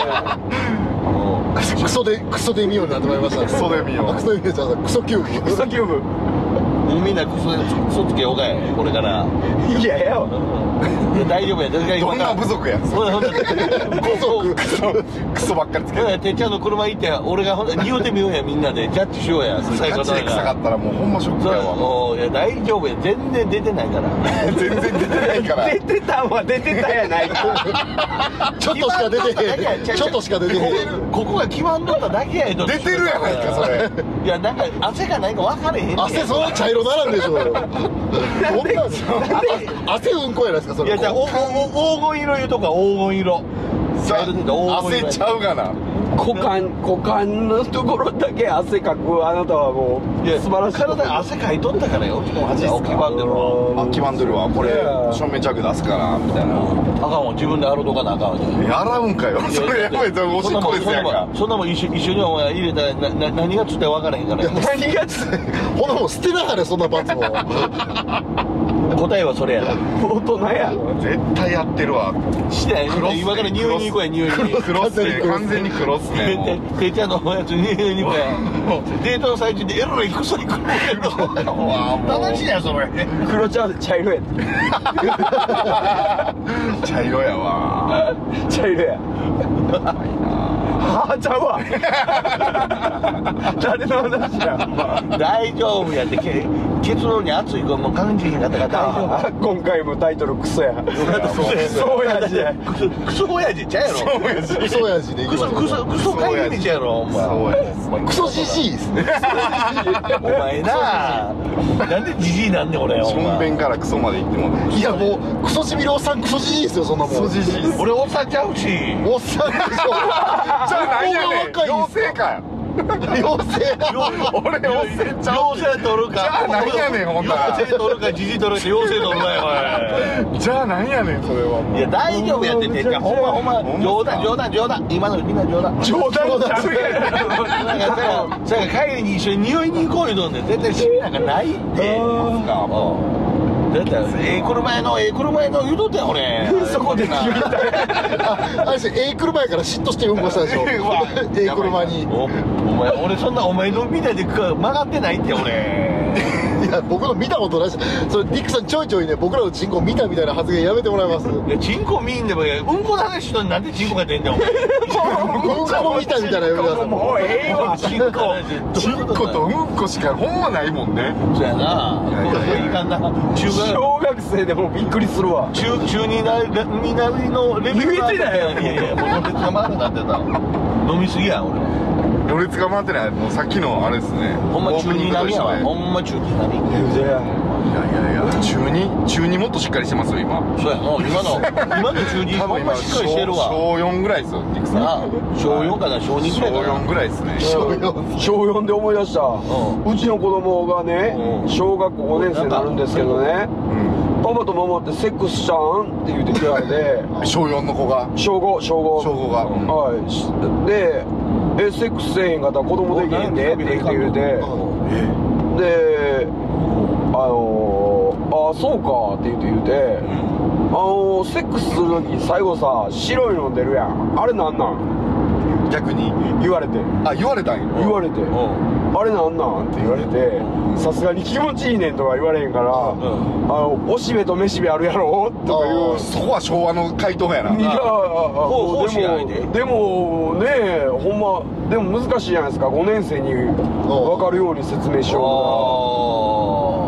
Speaker 1: クソクソでクソで見ようになってまいりましたク
Speaker 3: クソで見よう
Speaker 1: クソで見ようじゃないクソキューブ
Speaker 5: クソキュー
Speaker 2: みんなクソクソつけようかいこれから
Speaker 5: ブいやい
Speaker 2: い
Speaker 5: や
Speaker 2: や大丈夫やだから
Speaker 3: ど
Speaker 2: 今
Speaker 3: ん
Speaker 2: から
Speaker 3: な部族やん
Speaker 2: ほなほなこうこ
Speaker 3: クソクソばっかりつ
Speaker 2: う
Speaker 3: け
Speaker 2: ほ
Speaker 3: て
Speaker 2: なてっちゃんの車行って俺がほな言うてみようやみんなでジャッジしようや最
Speaker 3: ガチで臭かったらもうほんまショック
Speaker 2: そう
Speaker 3: や
Speaker 2: や
Speaker 3: わ
Speaker 2: おいや大丈夫や全然出てないから
Speaker 3: 全然出てないから
Speaker 5: 出てたんは出てたや ないか
Speaker 1: ちょっとしか出て
Speaker 2: いや
Speaker 1: へ
Speaker 2: い
Speaker 1: ん
Speaker 2: や
Speaker 1: ちょっとしか出てへ
Speaker 2: こ
Speaker 1: ん
Speaker 2: ここが決まんどっただけやと
Speaker 3: 出てるやないかそれ
Speaker 2: いやなんか汗がないか分かれへんねん
Speaker 1: 汗そんな茶色ならんでしょうよこんなん汗うんこやないですかそ
Speaker 2: い
Speaker 1: れ
Speaker 2: やじゃあ黄金黄金色言うとか黄金色茶色で言うと黄金色
Speaker 3: 焦っちゃうがな
Speaker 5: 股間股間のところだけ汗かくあなたはもう
Speaker 2: いや
Speaker 5: 素晴らしい
Speaker 2: 体に汗かいとったからよマ
Speaker 3: ジっすか
Speaker 2: 起きばんでろ
Speaker 3: あ決まんどるわこれ
Speaker 5: いや
Speaker 3: 正面着出すからみたいな
Speaker 2: あかんわ自分で洗うとかなあかんわ
Speaker 3: 洗うんかよそれやばいおしっこですやんか
Speaker 2: そんなもん一緒一緒にお前入れたらなな何がつって分からへんから
Speaker 5: 何がつ
Speaker 1: ほなもう捨てなはれそんなパンツも
Speaker 2: 答えはそれやな
Speaker 5: 大人や
Speaker 3: 絶対やってるわ
Speaker 2: してない
Speaker 3: 黒っすね
Speaker 2: 今から匂いに行こうや匂いに
Speaker 3: 黒っすね完全に黒っすねもう
Speaker 2: ててっちゃんのおやつににこやデートの最中にエロいクソいくのやと楽しいやんそれ
Speaker 5: 黒茶茶色や
Speaker 3: 茶色やわ
Speaker 5: 茶色やはあちゃ うわ誰の話やほんま
Speaker 2: 大丈夫やってけ結論に熱い子もう感じへんかったから大丈夫
Speaker 5: あ今回もタイトルクソやクソやじや
Speaker 2: クソクソ親父ちゃうやろ
Speaker 1: クソやじでいきま
Speaker 2: クソ
Speaker 1: す
Speaker 2: クソクソ帰り道やろお前
Speaker 3: そうや
Speaker 1: クソじじいですね
Speaker 2: お前ななんでじじいなんねん俺お
Speaker 3: 正
Speaker 2: 前
Speaker 3: 面からクソまで行っても
Speaker 1: いやもうクソしみるおっさんクソじじいですよそんなもん
Speaker 3: クソじじいっす
Speaker 2: 俺おっさんちゃうし
Speaker 1: おっさんでしょ
Speaker 3: じゃあ何やねん
Speaker 1: ここが若い
Speaker 3: 妖精かよ
Speaker 1: 妖精
Speaker 3: 俺妖精ちゃう
Speaker 2: 妖精取るか
Speaker 3: じゃあ何やねんほんなら
Speaker 2: 妖精取るかじじい取るか妖精取るか よ
Speaker 3: じゃあ何やねんそれはも
Speaker 2: お
Speaker 3: う
Speaker 2: いいや大丈夫やっててっちゃんほんまほんま冗談冗談冗談今のみんな冗談
Speaker 5: 冗談ちゃうやん
Speaker 2: なんかさそやから帰りに一緒に匂いに行こう言うとんねん絶対趣味なんかないって
Speaker 5: あ
Speaker 2: うんだってええ車やのええ車やの言うとったやん俺
Speaker 5: ーそこで急に
Speaker 1: あれですよええ車やから嫉妬してうんこしたでしょ
Speaker 3: うわ
Speaker 1: ええ車に
Speaker 2: おお前俺そんなお前のみたいでか曲がってないって俺
Speaker 1: いや僕の見たことないしそれディックさんちょいちょいね僕らの人口見たみたいな発言やめてもらいます
Speaker 2: いや、チンコ見んでもいいや、うんこの話しとんのになんでチンコが出んねん、お前。
Speaker 1: うんこも見たみたいなやめてください
Speaker 3: もうええわ
Speaker 2: チンコの話
Speaker 3: チンコとうんこしかほんまないもんね
Speaker 2: そうやな。これはいかんな。中学、
Speaker 5: 小学生でもびっくりするわ
Speaker 2: 中、中になり、になりのレベルが
Speaker 5: 言えてない
Speaker 2: いやいや、もう別が回るなってた。飲みすぎや、俺。
Speaker 3: ろれつが回ってないもうさっきのあれですね
Speaker 2: ほんま
Speaker 3: オー
Speaker 2: 中
Speaker 3: プニン
Speaker 2: に
Speaker 3: グ
Speaker 2: な
Speaker 3: と
Speaker 2: り
Speaker 3: 一
Speaker 2: や
Speaker 3: 緒
Speaker 2: わ。
Speaker 3: で
Speaker 2: ほんま中になり。
Speaker 5: じゃ
Speaker 3: いやいやいや中二中二もっとしっかりしてますよ今
Speaker 2: そうやの、今の、今の中に
Speaker 3: 多
Speaker 2: ほ
Speaker 3: 分
Speaker 2: んま
Speaker 3: 今
Speaker 2: しっかりしてるわ。
Speaker 3: 小4ぐらいですよディックさん
Speaker 2: なあ小4かな、小2くらい
Speaker 3: 小
Speaker 2: かな。
Speaker 3: 4ぐらいですね
Speaker 5: 小4で思い出した、
Speaker 2: う
Speaker 5: うちの子供がね、
Speaker 2: うん
Speaker 5: 小学校5年生になるんですけどね、パパとママってセックスしたんって言ってきられて
Speaker 3: 小4の子が
Speaker 5: 小5小5
Speaker 3: 小5がうん
Speaker 5: はいしでえセックスせえへんかったら子供できへんでって言って言うてであのー、あそうかって言って言うて、あのー、セックスする時最後さ白いの出るやんあれなんなん
Speaker 3: 逆に
Speaker 5: 言われて
Speaker 3: あ言われたんや
Speaker 5: 言われて、あれなんなんって言われてさすがに気持ちいいねんとか言われへんから、あのおしべとめしべあるやろとか言う
Speaker 3: そこは昭和の回答やない
Speaker 5: や
Speaker 2: ほうし
Speaker 5: で
Speaker 2: ない
Speaker 5: も
Speaker 2: で
Speaker 5: でもねえほんまでも難しいじゃないですか5年生に分かるように説明しよ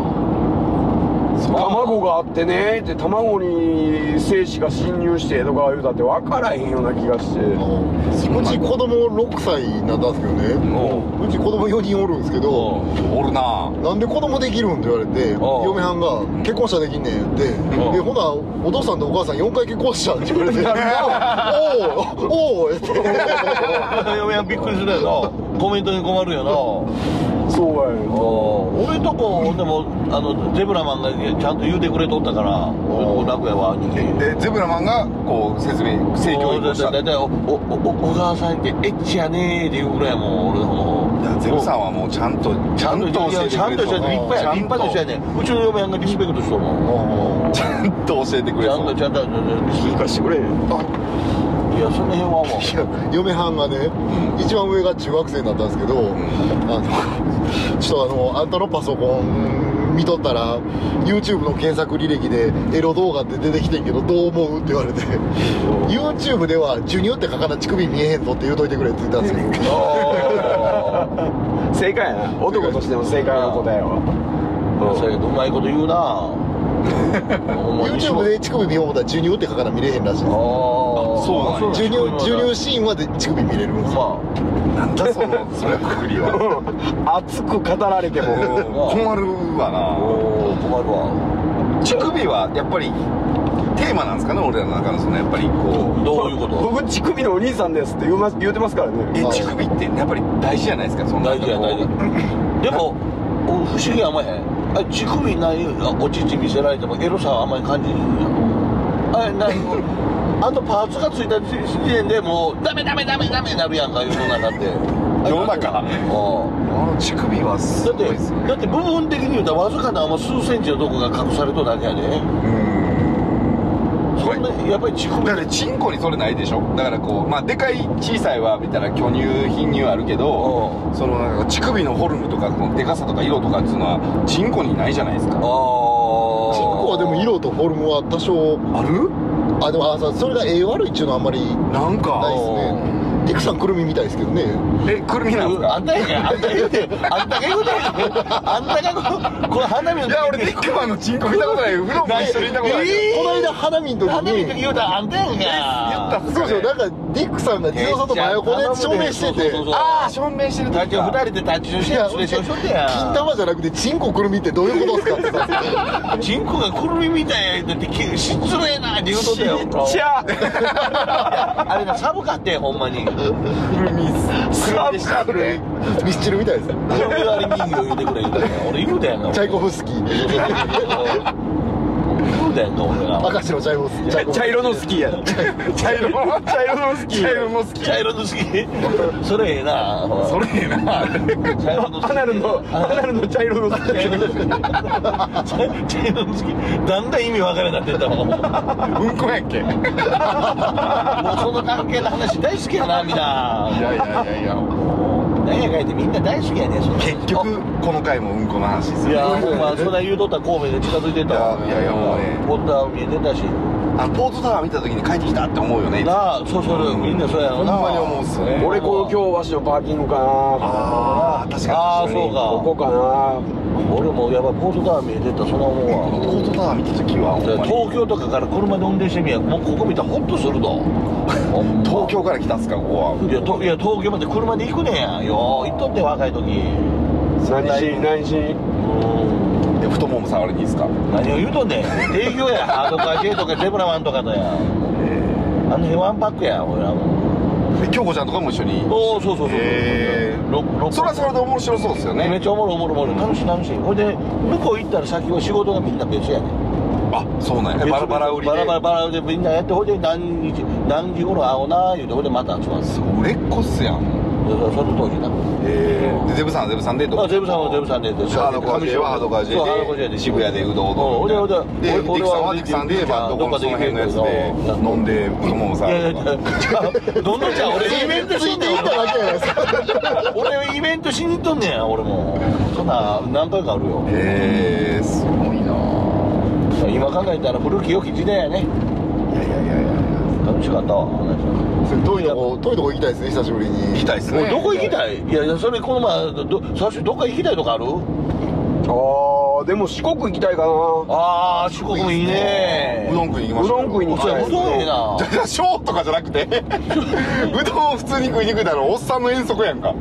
Speaker 5: うとか卵があってねって卵に精子が侵入してとか言うたって分からへんような気がして
Speaker 1: うち子供6歳なんですけどねうち子供4人おるんですけど
Speaker 3: おるな
Speaker 1: なんで子供できるんって言われて
Speaker 2: おう
Speaker 1: 嫁はんが「結婚したらできんねん」ってで
Speaker 2: おう
Speaker 1: ほなお父さんとお母さん4回結婚した」って言われて「おうおう」って
Speaker 2: 嫁はびっくりするやろ。コメントに困るよな。
Speaker 5: そうやねん
Speaker 2: 俺とこでもあのゼブラマンがちゃんと言うてくれとったから俺とこ楽やわ人間
Speaker 3: でゼブラマンがこう説明性教育をした
Speaker 2: だいたいおおお小川さんってエッチやねーっていうぐらいやもん俺
Speaker 3: い
Speaker 2: も
Speaker 3: やゼブさんはもうちゃんとち
Speaker 2: ち
Speaker 3: ゃんと教えて
Speaker 2: ちゃ
Speaker 3: く
Speaker 2: ん
Speaker 3: れ
Speaker 2: と
Speaker 3: そう
Speaker 2: した立派や立
Speaker 3: ちゃんと
Speaker 2: 派な人やねうちの嫁はんがリスペクトしとるもん
Speaker 3: ちゃんと教えてくれ
Speaker 2: ちゃん
Speaker 3: そ
Speaker 2: と
Speaker 3: う
Speaker 2: ちゃんと
Speaker 5: 聞かしてくれへん
Speaker 2: いやその辺はもう
Speaker 1: いや嫁はんがね一番上が中学生だったんですけどあの ちょっとあのあんたのパソコン見とったら YouTube の検索履歴でエロ動画って出てきてんけどどう思うって言われて YouTube では「授乳って書かな乳首見えへんぞ」って言うといてくれって言ったんですよ
Speaker 5: 正解やな男としての正解の答えは
Speaker 2: そうやけどうまいこと言うな
Speaker 1: YouTube で乳首見よう思ったら授乳って書かな見れへんらしいです
Speaker 2: そうなん
Speaker 1: 授乳授乳シーンはで乳首見れるんですよ
Speaker 2: まあ
Speaker 3: なんだそのそれくくり は
Speaker 5: 熱く語られ ても
Speaker 3: 困るわな
Speaker 2: おー困るわ
Speaker 3: 乳首はやっぱりテーマなんですかね俺らの中のそのやっぱりこ
Speaker 2: どういうこと
Speaker 5: 僕乳首のお兄さんですって言うま言うてますから
Speaker 3: うえ
Speaker 5: ね
Speaker 3: 乳首ってやっぱり大事じゃないですかそんな
Speaker 2: 大事や大事でもお不思議や思えへんあ乳首ないあお乳見せられてもエロさはあんまり感じるんやあれなあとパーツがついた時点でもうダメダメダメダメなるやんか世の中って
Speaker 3: 世の中
Speaker 2: うん
Speaker 3: あの乳首はす
Speaker 2: だっ
Speaker 3: ごいです
Speaker 2: てだって部分的に言うたらわずかなもう数センチのとこが隠されとるだけやでそんなやっぱり乳首
Speaker 3: だからチンコにそれないでしょだからこうまあでかい小さいはみたいな巨乳貧乳あるけど
Speaker 2: あ
Speaker 3: そのなんか乳首のフォルムとかこのでかさとか色とかっていうのはチンコにないじゃないですか
Speaker 2: ああ
Speaker 1: チンコはでも色とフォルムは多少
Speaker 3: ある
Speaker 1: あでもあさそれがええ悪いっちゅうのはあんまり
Speaker 3: なんか
Speaker 1: ないですねリクさんくるみみたいですけどね
Speaker 3: えくるみなんですか
Speaker 2: あんたやけんあんた言うてあんたが言うてあんたがこうこれ花見の
Speaker 3: いや俺ディックマンのチンコ見たことない風呂も一緒に見たことない
Speaker 2: えー
Speaker 1: この間花見の時
Speaker 2: 花見
Speaker 1: に
Speaker 2: の時言うたらあんたやんか
Speaker 3: 言った
Speaker 1: そうですよなんかディックさんが強さと真横で証明してて
Speaker 2: そうそうそう
Speaker 3: ああ証明してる
Speaker 2: 立
Speaker 3: 時
Speaker 2: ち
Speaker 3: か
Speaker 2: 二人で立ち寄して
Speaker 1: いや
Speaker 2: 連れてしょってや
Speaker 1: 金玉じゃなくてチンコくるみってどういうことですかってさ
Speaker 2: チンコがくるみみたいや言うてき失礼なって言う とったよ
Speaker 5: ちゃ
Speaker 2: あれが寒かってんほんまにくる
Speaker 3: くるみす
Speaker 5: 寒
Speaker 3: かったね
Speaker 1: ミスチルみたいです
Speaker 2: み割り人形言うてくれ言うたやん俺言うたやんか
Speaker 1: チャイコフスキー
Speaker 2: 言うたやんか俺が
Speaker 1: 明石のチャイコフスキーチャイコフスキ
Speaker 5: 茶
Speaker 1: ー
Speaker 5: 色の好きやな茶色の茶色の好き
Speaker 3: 茶色も好き
Speaker 2: 茶色の好きそれええな
Speaker 3: それええな
Speaker 2: 茶色の好き
Speaker 5: アナルのアナルの茶色の好き
Speaker 2: 茶色の好き茶色の好きだんだん意味分からなってったもんもう
Speaker 3: うんこやっけい
Speaker 2: その関係の話大好きやなみんない
Speaker 3: やいやいやいや
Speaker 2: ねなんやかんやってみんな大好きやねそんな
Speaker 3: 結局この回もうんこの話す
Speaker 2: い
Speaker 3: る
Speaker 2: やほんまそんな言うとったら神戸で近づいてたわ
Speaker 3: いやいやもうね
Speaker 2: ポッター見えてたし
Speaker 3: あのポートタワー見た時に帰ってきたって思うよね
Speaker 2: なあそうそうみんなそうやろな
Speaker 3: ほんまに思うっすね
Speaker 5: 俺この京橋のパーキングかな
Speaker 3: ああ確かに
Speaker 2: ああそうか
Speaker 5: ここかな
Speaker 2: 俺もやばいポートタワー見えてたその思う
Speaker 3: ポ
Speaker 2: わ
Speaker 3: ートタワー見た時はほんまに
Speaker 2: 東京とかから車で運転してみやもうここ見たらホッとする ぞほんま
Speaker 3: 東京から来たんすかここはい
Speaker 2: やといや東京まで車で行くねやよう行っとって若い時
Speaker 5: 何し何し
Speaker 2: うん
Speaker 3: で太もも触りにいいですか
Speaker 2: 何を言うとんねん提供やハードカー J とかゼブラマンとかだやあの辺ワンパックや俺はもう
Speaker 3: で京子ちゃんとかも一緒に
Speaker 2: おおそうそうそうそう
Speaker 3: へー
Speaker 2: ろろ
Speaker 3: それはそれで面白そうですよ
Speaker 2: めっ
Speaker 3: ね
Speaker 2: ちゃおもろいおもろいおもろい楽しい楽しいほいで向こう行ったら先は仕事がみんな別やねん
Speaker 3: あそうなんやバラバラ売りで
Speaker 2: バラバラバラ売りでみんなやってほいで何日何時頃会おうな言うてほいでまた集まる
Speaker 3: そう売れっ子っすやん
Speaker 2: そその当時な
Speaker 3: ええでゼブさんはゼブさんで
Speaker 2: まあゼブさんはゼブさんでで
Speaker 3: ハードコア J はハードコア J
Speaker 2: そうハードコア J
Speaker 3: で
Speaker 2: で
Speaker 3: 渋谷でうどん
Speaker 2: うん
Speaker 3: を
Speaker 2: 俺は俺は
Speaker 3: でデ
Speaker 2: 俺
Speaker 3: ィキさんはディキさんでまあどこのその辺のやつで
Speaker 2: うん
Speaker 3: 飲んで太もも
Speaker 2: い
Speaker 3: 触
Speaker 2: やいや
Speaker 3: る
Speaker 2: い
Speaker 3: と
Speaker 2: や
Speaker 3: か
Speaker 2: 違うどんどんちゃん俺イベント
Speaker 1: つ
Speaker 2: し
Speaker 1: い
Speaker 2: ん
Speaker 1: て
Speaker 2: ね
Speaker 1: いっただけじゃないですか
Speaker 2: ん俺イベントしに行っとんねん俺もそんな何回かあるよ
Speaker 3: へえすごいな
Speaker 2: 今考えたら古き良き時代やね
Speaker 3: いやいやいやいや
Speaker 2: 楽しかったわ
Speaker 1: 遠いとこ遠いとこ行きたいですね久しぶりに
Speaker 3: 行きたいっす
Speaker 2: おい
Speaker 3: ね
Speaker 2: どこ行きたいいやいやそれこの前ど最初どっか行きたいとかある
Speaker 5: ああでも四国行きたいかな
Speaker 2: ああ四国もいいね
Speaker 3: うどん食いに行きま
Speaker 5: う
Speaker 3: しょ
Speaker 5: どん食いに行き
Speaker 2: そう
Speaker 5: た
Speaker 2: や
Speaker 5: いう
Speaker 2: どんええな
Speaker 3: じゃあ ショーとかじゃな くてうどんを普通に食いに行くだろおっさんの遠足やんか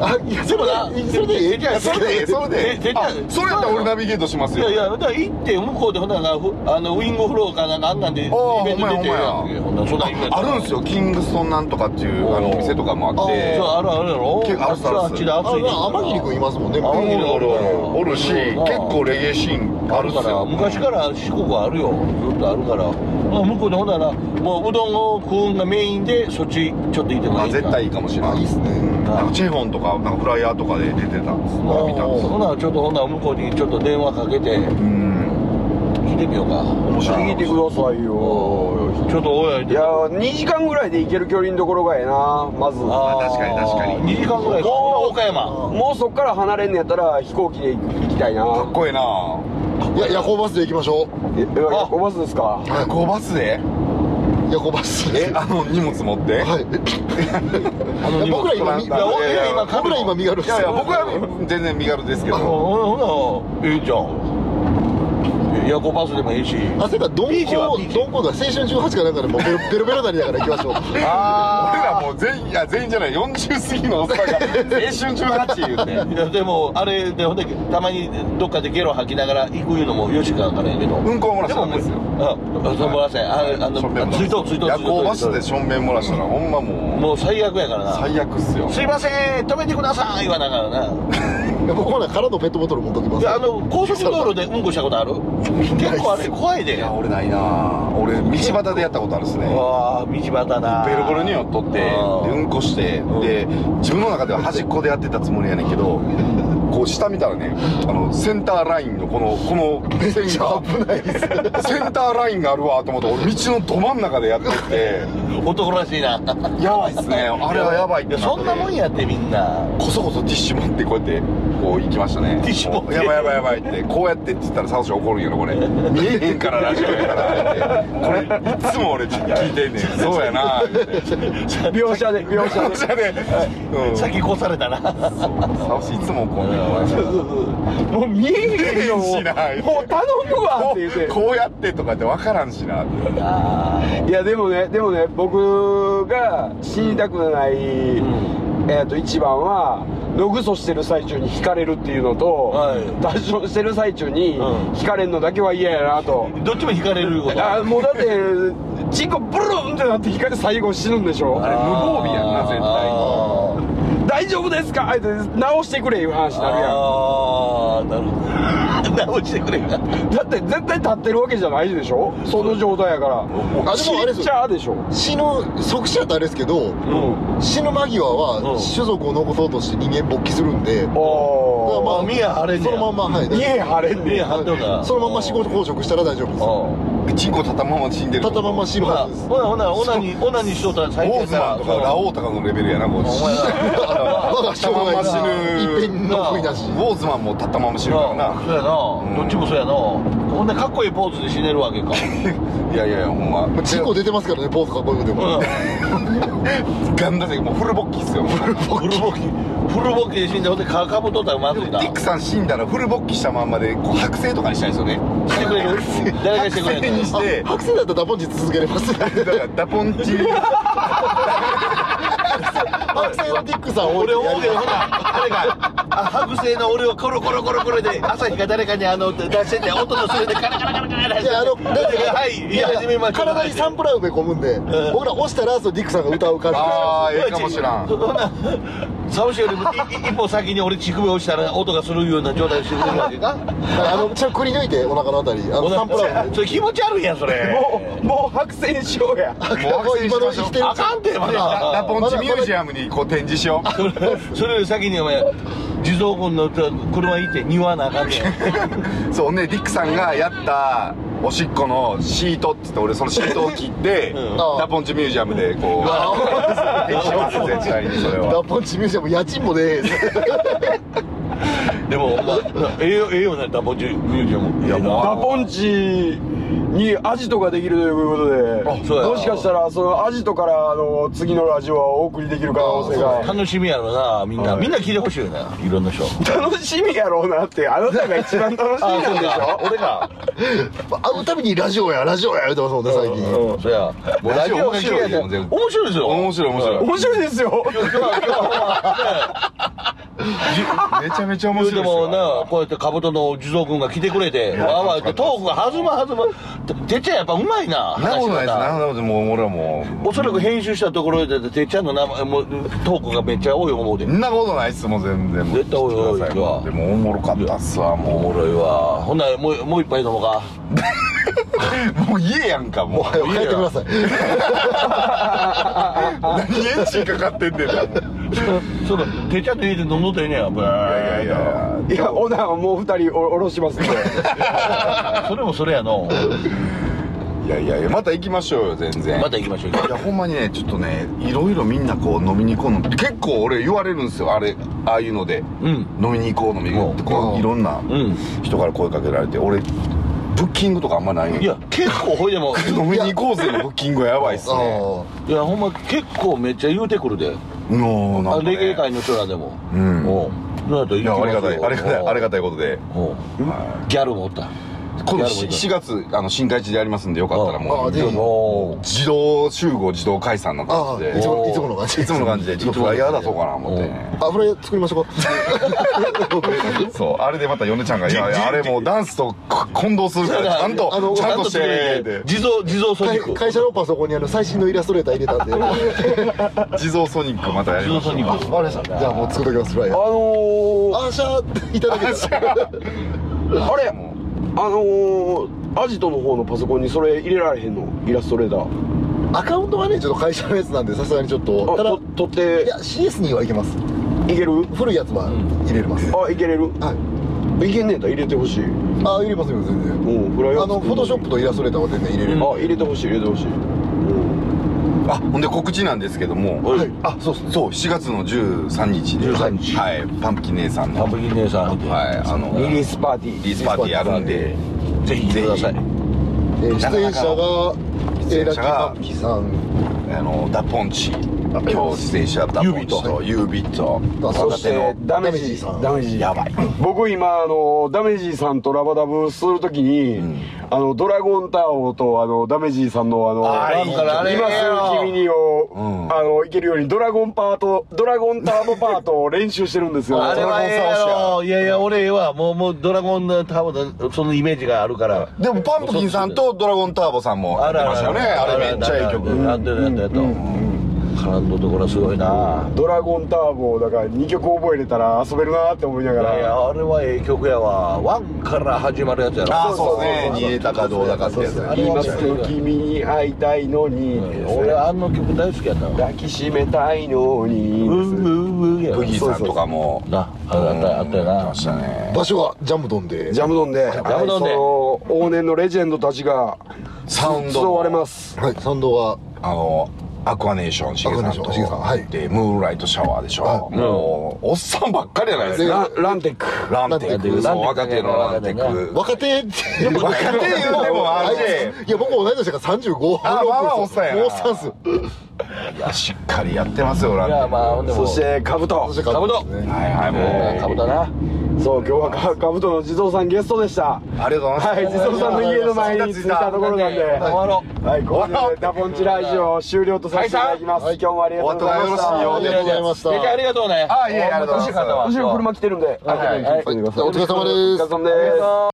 Speaker 1: あいや
Speaker 2: でもな
Speaker 1: それでええじゃないです
Speaker 3: そ
Speaker 1: か
Speaker 3: れでええそれでえ
Speaker 2: でで
Speaker 3: えあそれやったら俺ナビゲートします
Speaker 2: い
Speaker 3: よ
Speaker 2: やいや、だから行って、向こうでほんならふあのウィングフローかなんかあんなんで、イベン
Speaker 3: お
Speaker 2: ト
Speaker 3: ー
Speaker 2: 出て
Speaker 3: ほんまやほんまや
Speaker 2: ほんならそんなん言うやつ
Speaker 3: あるんすよキングストンなんとかっていうあのお店とかもあっ
Speaker 2: あ
Speaker 3: て
Speaker 2: そう、あるあるやろ
Speaker 3: 結構あるっす
Speaker 2: あっ
Speaker 3: あるっす
Speaker 2: ちで暑いねんから
Speaker 1: あ天霧君いますもんね
Speaker 2: あ
Speaker 3: おるおるおるおるし
Speaker 2: うん
Speaker 3: 結構レゲエシーンあ
Speaker 2: あ
Speaker 3: るっ
Speaker 2: る
Speaker 3: す
Speaker 2: から
Speaker 3: よ
Speaker 2: 昔から四国あるよずっとあるからまあ向こうでほんならもううどんを食うんがメインでそっちちょっと行っても
Speaker 3: ま
Speaker 2: ら
Speaker 3: あ絶対いいかもしれ
Speaker 1: あ
Speaker 3: ない
Speaker 1: いいっすね
Speaker 3: なんかチェホンとかなんかフライヤーとかで出てたんです
Speaker 2: あ
Speaker 3: よ見たんですよ
Speaker 2: ほなちょっとほんなら向こうにちょっと電話かけて
Speaker 3: うん
Speaker 2: 聞いてみようか
Speaker 3: 面白
Speaker 5: 聞い
Speaker 3: い
Speaker 5: てくださいよ
Speaker 2: ちょっとおやい
Speaker 5: いやー2時間ぐらいで行ける距離のところがええなまず
Speaker 3: あ確かに確かに
Speaker 2: 2時間ぐらいか
Speaker 5: もう
Speaker 2: 岡山
Speaker 5: もうそっから離れんのやったら飛行機で行きたいな
Speaker 3: かっこええない
Speaker 1: や夜行バスで行きましょ
Speaker 5: ええ夜行バスです か
Speaker 3: 夜行バスで
Speaker 1: う夜行バス
Speaker 3: えあの荷物持って
Speaker 1: はい
Speaker 2: あの
Speaker 1: いや僕ら今み
Speaker 2: いや俺ら今
Speaker 1: 僕ら今身軽っ
Speaker 3: い
Speaker 1: す
Speaker 3: やいや
Speaker 1: よ
Speaker 3: 僕は全然身軽ですけ
Speaker 2: ほ
Speaker 3: ど
Speaker 2: ほなええじゃん夜行バスでもいいし
Speaker 1: あそういえばドン
Speaker 2: ピーチは
Speaker 1: コ
Speaker 2: ピーチ
Speaker 1: ドンコが青春18かなんかでも うベロベロベロなりながら行きましょう
Speaker 3: 俺らもう全員いや全員じゃない40過ぎのおっさんが青春18言うて
Speaker 2: いやでもあれでほんでたまにどっかでゲロ吐きながら行くいうのもよしかんからやけど
Speaker 3: うんこを漏らしたらダメですよ
Speaker 2: でもああそう漏らせんああの
Speaker 3: しょんべん漏ら
Speaker 2: 追悼追悼追悼
Speaker 3: 夜行バスでしょんべん漏らしたらほんまもう
Speaker 2: もう最悪やからな
Speaker 3: 最悪っすよ
Speaker 2: すいません止めてください言わながらない
Speaker 1: や僕ほら空のペットボトル持っときます
Speaker 2: いやあの高速道路でうんこしたことある結構あれ怖い
Speaker 3: い
Speaker 2: で
Speaker 3: や
Speaker 2: あ
Speaker 3: 俺ないな俺道端でやったことあるっすね
Speaker 2: あ道端な
Speaker 3: ベロベロに酔っとってで
Speaker 2: う
Speaker 3: うんこして
Speaker 2: うん
Speaker 3: で自分の中では端っこでやってたつもりやねんけどこう下見たらねあのセンターラインのこのこの線が危ないセンターラインがあるわと思って俺道のど真ん中でやってて
Speaker 2: 男らしいな
Speaker 3: やばいっすねあれはやばいってなって
Speaker 2: そんなもんやってみんな
Speaker 3: こそこそティッシュ持ってこうやってこう行きましたね
Speaker 2: ティッシュ持って
Speaker 3: やばいやばいやばいってこうやってって言ったらサトシ怒るんやろこれ見えへんからラジオやからってこれいつも俺聞いてんねんそうやな
Speaker 5: 描写で描写
Speaker 3: 描
Speaker 5: で
Speaker 3: 写でうん
Speaker 2: 先越されたな
Speaker 3: サオシいつもこうね
Speaker 5: もう見えへん
Speaker 3: 見えへ
Speaker 5: よ
Speaker 3: ん
Speaker 5: も
Speaker 3: しな
Speaker 5: うもう頼むわって言って
Speaker 3: こうやってとかって分からんしなって
Speaker 5: いやでもねでもね僕が死にたくない、えー、と一番はログソしてる最中に引かれるっていうのと、
Speaker 2: はい
Speaker 5: ダッシュしてる最中に
Speaker 2: うん
Speaker 5: 引かれるのだけは嫌やなと、
Speaker 2: どっちも引かれるいうこと
Speaker 5: あもうだってチンコブルンってなって引かれて最後死ぬんでしょ
Speaker 3: あれ無防備やんな絶対
Speaker 2: 対
Speaker 5: 大丈夫ですかって直してくれいう話になるやん
Speaker 2: ああなるほど直してくれんかった
Speaker 5: だって絶対立ってるわけじゃないでしょその状態やから
Speaker 1: あでもあれですよ
Speaker 5: ちっちゃでしょ
Speaker 1: 死ぬ即死やったらあれですけど
Speaker 5: うん
Speaker 1: 死ぬ間際
Speaker 2: う
Speaker 1: は
Speaker 2: ん
Speaker 1: 種族を残そうとして人間勃起するんで、だか
Speaker 5: お
Speaker 1: ら
Speaker 5: お
Speaker 1: ま
Speaker 2: あ宮張れんね
Speaker 1: そ
Speaker 2: や
Speaker 1: のまんまはい
Speaker 5: 家晴れんね
Speaker 2: 目張っとるから
Speaker 1: そのまんま仕事
Speaker 2: うん
Speaker 1: 公職したら大丈夫ですよ
Speaker 3: チンコたたまま死んでる
Speaker 1: ただまんま死ぬ
Speaker 2: ほら
Speaker 1: はずです
Speaker 2: ほらほらオナにオナにしとったら最低
Speaker 3: オ
Speaker 2: やか
Speaker 3: ーズマ
Speaker 2: ら
Speaker 3: ンとかラオウとかのレベルやなこう
Speaker 2: お前ら
Speaker 1: 我が将来
Speaker 3: たまんま死ぬ
Speaker 1: いっぺんの食いなし
Speaker 3: ウォーズマンもたったまま死ぬから
Speaker 2: なあ
Speaker 3: な
Speaker 2: そうや
Speaker 3: うん
Speaker 2: などっちもそうやなほんでかっこいいポーズで死ねるわけか
Speaker 3: いやいやいやほんま
Speaker 1: 事故出てますからねポーズかっこよくても、
Speaker 2: う
Speaker 3: ガンダセもうフルボッキっすよフル
Speaker 2: んフルボキフルボキで死んでほんでかかぶっとったらまずい
Speaker 3: デ
Speaker 2: な
Speaker 3: ィックさん死んだらフルボッキしたまんまでこう白製とかにしたいですよね
Speaker 2: してくれる誰がしてくれ
Speaker 3: 白製
Speaker 2: る
Speaker 3: にして
Speaker 1: あ白線だったらダポンチ続けれます白
Speaker 3: だからダポンチ
Speaker 1: 線のディックさん置いて
Speaker 2: 俺
Speaker 1: や
Speaker 2: 大げ
Speaker 1: り
Speaker 2: ん
Speaker 1: ます
Speaker 2: ほな誰かあ白星の俺をコロコロコロコロで朝日が誰かにあの出してて音のそれでカラカラカラカラ
Speaker 1: いやあの
Speaker 2: 誰かはい言い始めましょう
Speaker 1: 体にサンプラー埋め込むんで、
Speaker 2: ん
Speaker 1: 僕ら押したらそのディックさんが歌う感じ
Speaker 3: ああええかもし らん
Speaker 2: そんなサムシよりもいい一歩先に俺乳首を落ちたら音がするような状態にしてくれるわけか
Speaker 1: だからあのちょっとくり抜いてお腹のあたりあのサンプラー埋め
Speaker 2: それ気持ち悪いやんそれ
Speaker 5: もうもう白線にしようや
Speaker 3: もう白製にし
Speaker 1: 今の
Speaker 3: まし
Speaker 1: 生
Speaker 3: ょ
Speaker 1: き
Speaker 3: う
Speaker 1: てる
Speaker 2: あかんてまだ
Speaker 3: ダポンチミュージアムにこう展示しよう
Speaker 2: それそれより先にお前地蔵君の車行って庭なあかんねん
Speaker 3: そうね、ディックさんがやったおしっこのシートって言って俺そのシートを切って、
Speaker 2: うん
Speaker 3: ダポンチミュージアムでこう展示します絶対にそれ は
Speaker 1: ダポンチミュージアム家賃もねえ
Speaker 2: でもまあええよええよなダポンチミュージアム
Speaker 3: いやもう
Speaker 5: ダポンチにアジトができるということで
Speaker 2: そうやな
Speaker 5: もしかしたらそのアジトからあの次のラジオはお送りできる可能性が
Speaker 2: 楽しみやろなみんなみんな聞いてほしいよないろんな人
Speaker 5: 楽しみやろうなってあなたが一番楽しみなんでしょ
Speaker 2: 俺が
Speaker 1: 会うたびにラジオやラジオや言うてますもんね最近
Speaker 2: そやもうラジオが嫌いで
Speaker 3: 面白いよ全部
Speaker 2: 面白いですよ
Speaker 3: 面白い面白い
Speaker 5: 面白いですよ
Speaker 2: 今日は今日は
Speaker 3: めちゃめちゃ
Speaker 2: ほ
Speaker 3: 面
Speaker 2: んまねで
Speaker 3: 白いです
Speaker 2: も
Speaker 3: よ
Speaker 2: なこうやって兜の地蔵君が来てくれてわーわーってトークが弾ま弾まてっちゃんやっぱうまいな
Speaker 3: な
Speaker 2: 話
Speaker 3: ことないですな
Speaker 2: し
Speaker 3: ことないですもう俺はも
Speaker 2: 方おそらく編集したところでてっちゃんの名前もトークがめっちゃ多い思うで
Speaker 3: うそんなことないっすもう全然もう
Speaker 2: 絶対おいおい
Speaker 3: 来てくださ
Speaker 2: おい
Speaker 3: でもおもろかったっすわ
Speaker 2: お
Speaker 3: も
Speaker 2: もろいわほんならもうもう一杯飲もう か
Speaker 3: うもう家やんかもう
Speaker 1: はい帰ってください
Speaker 3: 何エンジンかかってんねんなもう
Speaker 2: そうだてっちゃんと家で飲んどったらええねやブ
Speaker 3: い
Speaker 2: ー
Speaker 3: やいやいや
Speaker 5: いやオナはもう二人おおろしますんで
Speaker 2: それもそれやの
Speaker 3: いやいやいやまた行きましょうよ全然
Speaker 2: また行きましょう
Speaker 3: いやほんまにねちょっとねいろいろみんなこう飲みに行こうの結構俺言われるんですよあれああいうので
Speaker 2: うん
Speaker 3: 飲みに行こう飲みに行こうってこ
Speaker 1: うん
Speaker 3: ういろんな
Speaker 2: うん
Speaker 3: 人から声かけられて俺ブッキングとかあんまないん
Speaker 2: いや結構ほいでも
Speaker 3: 飲みに行こうぜのブッキングやばいっす
Speaker 1: あ
Speaker 3: ね
Speaker 1: ー
Speaker 2: いやほんま結構めっちゃ言うてくるで、
Speaker 3: もうな
Speaker 2: あ
Speaker 3: んか、ね、
Speaker 2: レゲエ界の人らでも
Speaker 3: うん
Speaker 2: おうそうと
Speaker 3: いやありがたいありがたいありが
Speaker 2: たい
Speaker 3: たいことで
Speaker 2: ギャルもおった
Speaker 3: 今
Speaker 2: や
Speaker 3: 度
Speaker 2: るもんね
Speaker 3: 4月あの新海地でやりますんでよかったらも
Speaker 1: あ
Speaker 3: う
Speaker 1: ぜひ
Speaker 2: おう
Speaker 3: 自動集合自動解散の
Speaker 1: あ
Speaker 3: 感じ
Speaker 1: ー
Speaker 3: で
Speaker 1: いつ
Speaker 3: い
Speaker 1: もいつもの感じ
Speaker 3: つもの感じでちょっとフライヤー出そうかな思って、
Speaker 2: うん
Speaker 1: あフライヤー作りましょうか
Speaker 3: そうあれでまた米ちゃんが「いやいやあれもうダンスとこ混同するからちゃん
Speaker 1: あの
Speaker 3: とちゃんとして」で
Speaker 2: 地蔵地蔵ソニ
Speaker 1: 会
Speaker 2: ック
Speaker 1: 会社のパソコンにあの最新のイラストレーター入れたんで
Speaker 3: 地蔵ソニックまたや
Speaker 2: 地蔵
Speaker 3: りまし
Speaker 2: ソ
Speaker 3: ょう
Speaker 2: ニック
Speaker 1: わかりましたじゃあもう作っときますフライ
Speaker 5: あ
Speaker 1: ヤー
Speaker 5: の
Speaker 1: あーシャーっていただけたら
Speaker 5: ー、あれあのー、アジトの方のパソコンにそれ入れられへんのイラストレーター
Speaker 1: アカウントはねちょっと会社のやつなんでさすがにちょっと
Speaker 5: あ
Speaker 1: ただ
Speaker 5: と
Speaker 1: い
Speaker 5: 取って
Speaker 1: や CS にはいけます
Speaker 5: いける
Speaker 1: 古いやつは入れれます、
Speaker 5: あいけれる
Speaker 1: はい
Speaker 5: いけんねんだ入れてほしいうん
Speaker 1: あー入れますよ全然
Speaker 5: フライヤー
Speaker 1: あのフォトショップとイラストレーターは全然入れれる、
Speaker 5: あ入れてほしい入れてほしい、うん、
Speaker 3: あほんで告知なんですけども
Speaker 2: おい
Speaker 3: あそうそう7月の13日で
Speaker 2: 13日
Speaker 3: はいパンプキン姉さんの
Speaker 2: パン
Speaker 3: は
Speaker 2: プキン姉さん見て
Speaker 3: いあの
Speaker 5: リリー
Speaker 3: リ
Speaker 5: スパーティー
Speaker 3: リースパーティーやるんで
Speaker 2: ぜひ来てください
Speaker 3: ぜ
Speaker 1: えー出演者が
Speaker 3: 出
Speaker 1: えー
Speaker 3: 演
Speaker 1: ラッキ
Speaker 3: 者
Speaker 1: ー
Speaker 3: が
Speaker 1: マッキーさん
Speaker 3: あのダポンチ今日出演者ダポンチとユービット
Speaker 1: あ
Speaker 5: そ
Speaker 1: 若
Speaker 5: し
Speaker 1: 手の
Speaker 5: てダメージダメージやばい僕今あのダメージさんとラバダブするときに、
Speaker 3: ん
Speaker 5: あのドラゴンタオとあのダメージさんのあの
Speaker 2: あーいいからあれ
Speaker 5: 今すぐ君にを、
Speaker 3: うん
Speaker 5: あのいけるようにドラゴンパートドラゴンターボパートを練習してるんですよ
Speaker 2: あれはええやろいやいや俺はもうもうドラゴンのタオルそのイメージがあるから
Speaker 3: でもパンプキンさんとドラゴンターボさんもやってましたよねあれめっちゃいい曲
Speaker 2: やってるやったやった絡んどところすごいな
Speaker 5: ドラゴンターボだから2曲覚えれたら遊べるなって思いないがら
Speaker 2: やいやあれはええ曲やわワンから始まるやつやろ
Speaker 3: ああそうですね
Speaker 5: そうそうそう
Speaker 3: 逃げたかどうだかってやつ
Speaker 2: そうそう
Speaker 5: 今すぐ君に会いたいのに
Speaker 2: うん俺あの曲大好きやったわ
Speaker 5: 抱きしめたいの
Speaker 2: う
Speaker 5: に
Speaker 2: んうんうんや
Speaker 3: ブギーさんとかも
Speaker 2: なあれあったあったよ
Speaker 3: 来
Speaker 2: な
Speaker 3: ましたね
Speaker 1: 場所はジャムドンで
Speaker 5: ジャムドンでジ
Speaker 2: ャムドンで
Speaker 5: 往年のレジェンドたちが
Speaker 3: サウンド
Speaker 5: 集
Speaker 3: も
Speaker 5: われます
Speaker 1: はいサウンドは
Speaker 3: あのアクアネーションしげさん
Speaker 1: アク
Speaker 3: と
Speaker 1: アネーションシゲさんはい
Speaker 3: でムーンライトシャワーでしょ
Speaker 1: はい
Speaker 3: もうおっさんばっかりじゃないですか
Speaker 5: ラランテック
Speaker 3: ランテ
Speaker 2: ランテッ
Speaker 3: ッ
Speaker 2: ク
Speaker 3: クそう若手のランテック
Speaker 1: 若手って
Speaker 3: 若手言うてもあれ
Speaker 1: いや僕同い年だから35
Speaker 3: あまあまあおっさんや
Speaker 1: も
Speaker 3: な
Speaker 1: うおっさんっす
Speaker 3: いやしっかりやってますよラン
Speaker 2: い
Speaker 3: テ
Speaker 2: やま
Speaker 3: ッ
Speaker 2: あでも
Speaker 5: そしてカブト
Speaker 1: そしてカブト
Speaker 3: クはいはい
Speaker 2: うん
Speaker 3: も
Speaker 2: 株だな
Speaker 5: そう今日はカカブトの地蔵さんゲストでした
Speaker 3: うありがとうござ
Speaker 5: はいい
Speaker 3: ま
Speaker 5: 地
Speaker 3: す
Speaker 5: 蔵さんの家の前に着いたところなんで
Speaker 2: 終わろ
Speaker 5: はいこれでダポンチラジオ終了とさせていただきます
Speaker 1: はい
Speaker 5: 今日もありがとうございました
Speaker 3: 終
Speaker 1: あ
Speaker 3: わっ
Speaker 1: り
Speaker 3: た
Speaker 1: がとう
Speaker 3: らよ
Speaker 1: ございまし
Speaker 2: う
Speaker 1: た
Speaker 2: 出来ありがとうね
Speaker 3: あいえいえありがとうございます
Speaker 2: 欲しい方は
Speaker 5: 後ろ車来てるんで
Speaker 2: はい
Speaker 1: はいお疲れ様です
Speaker 5: お疲れ様です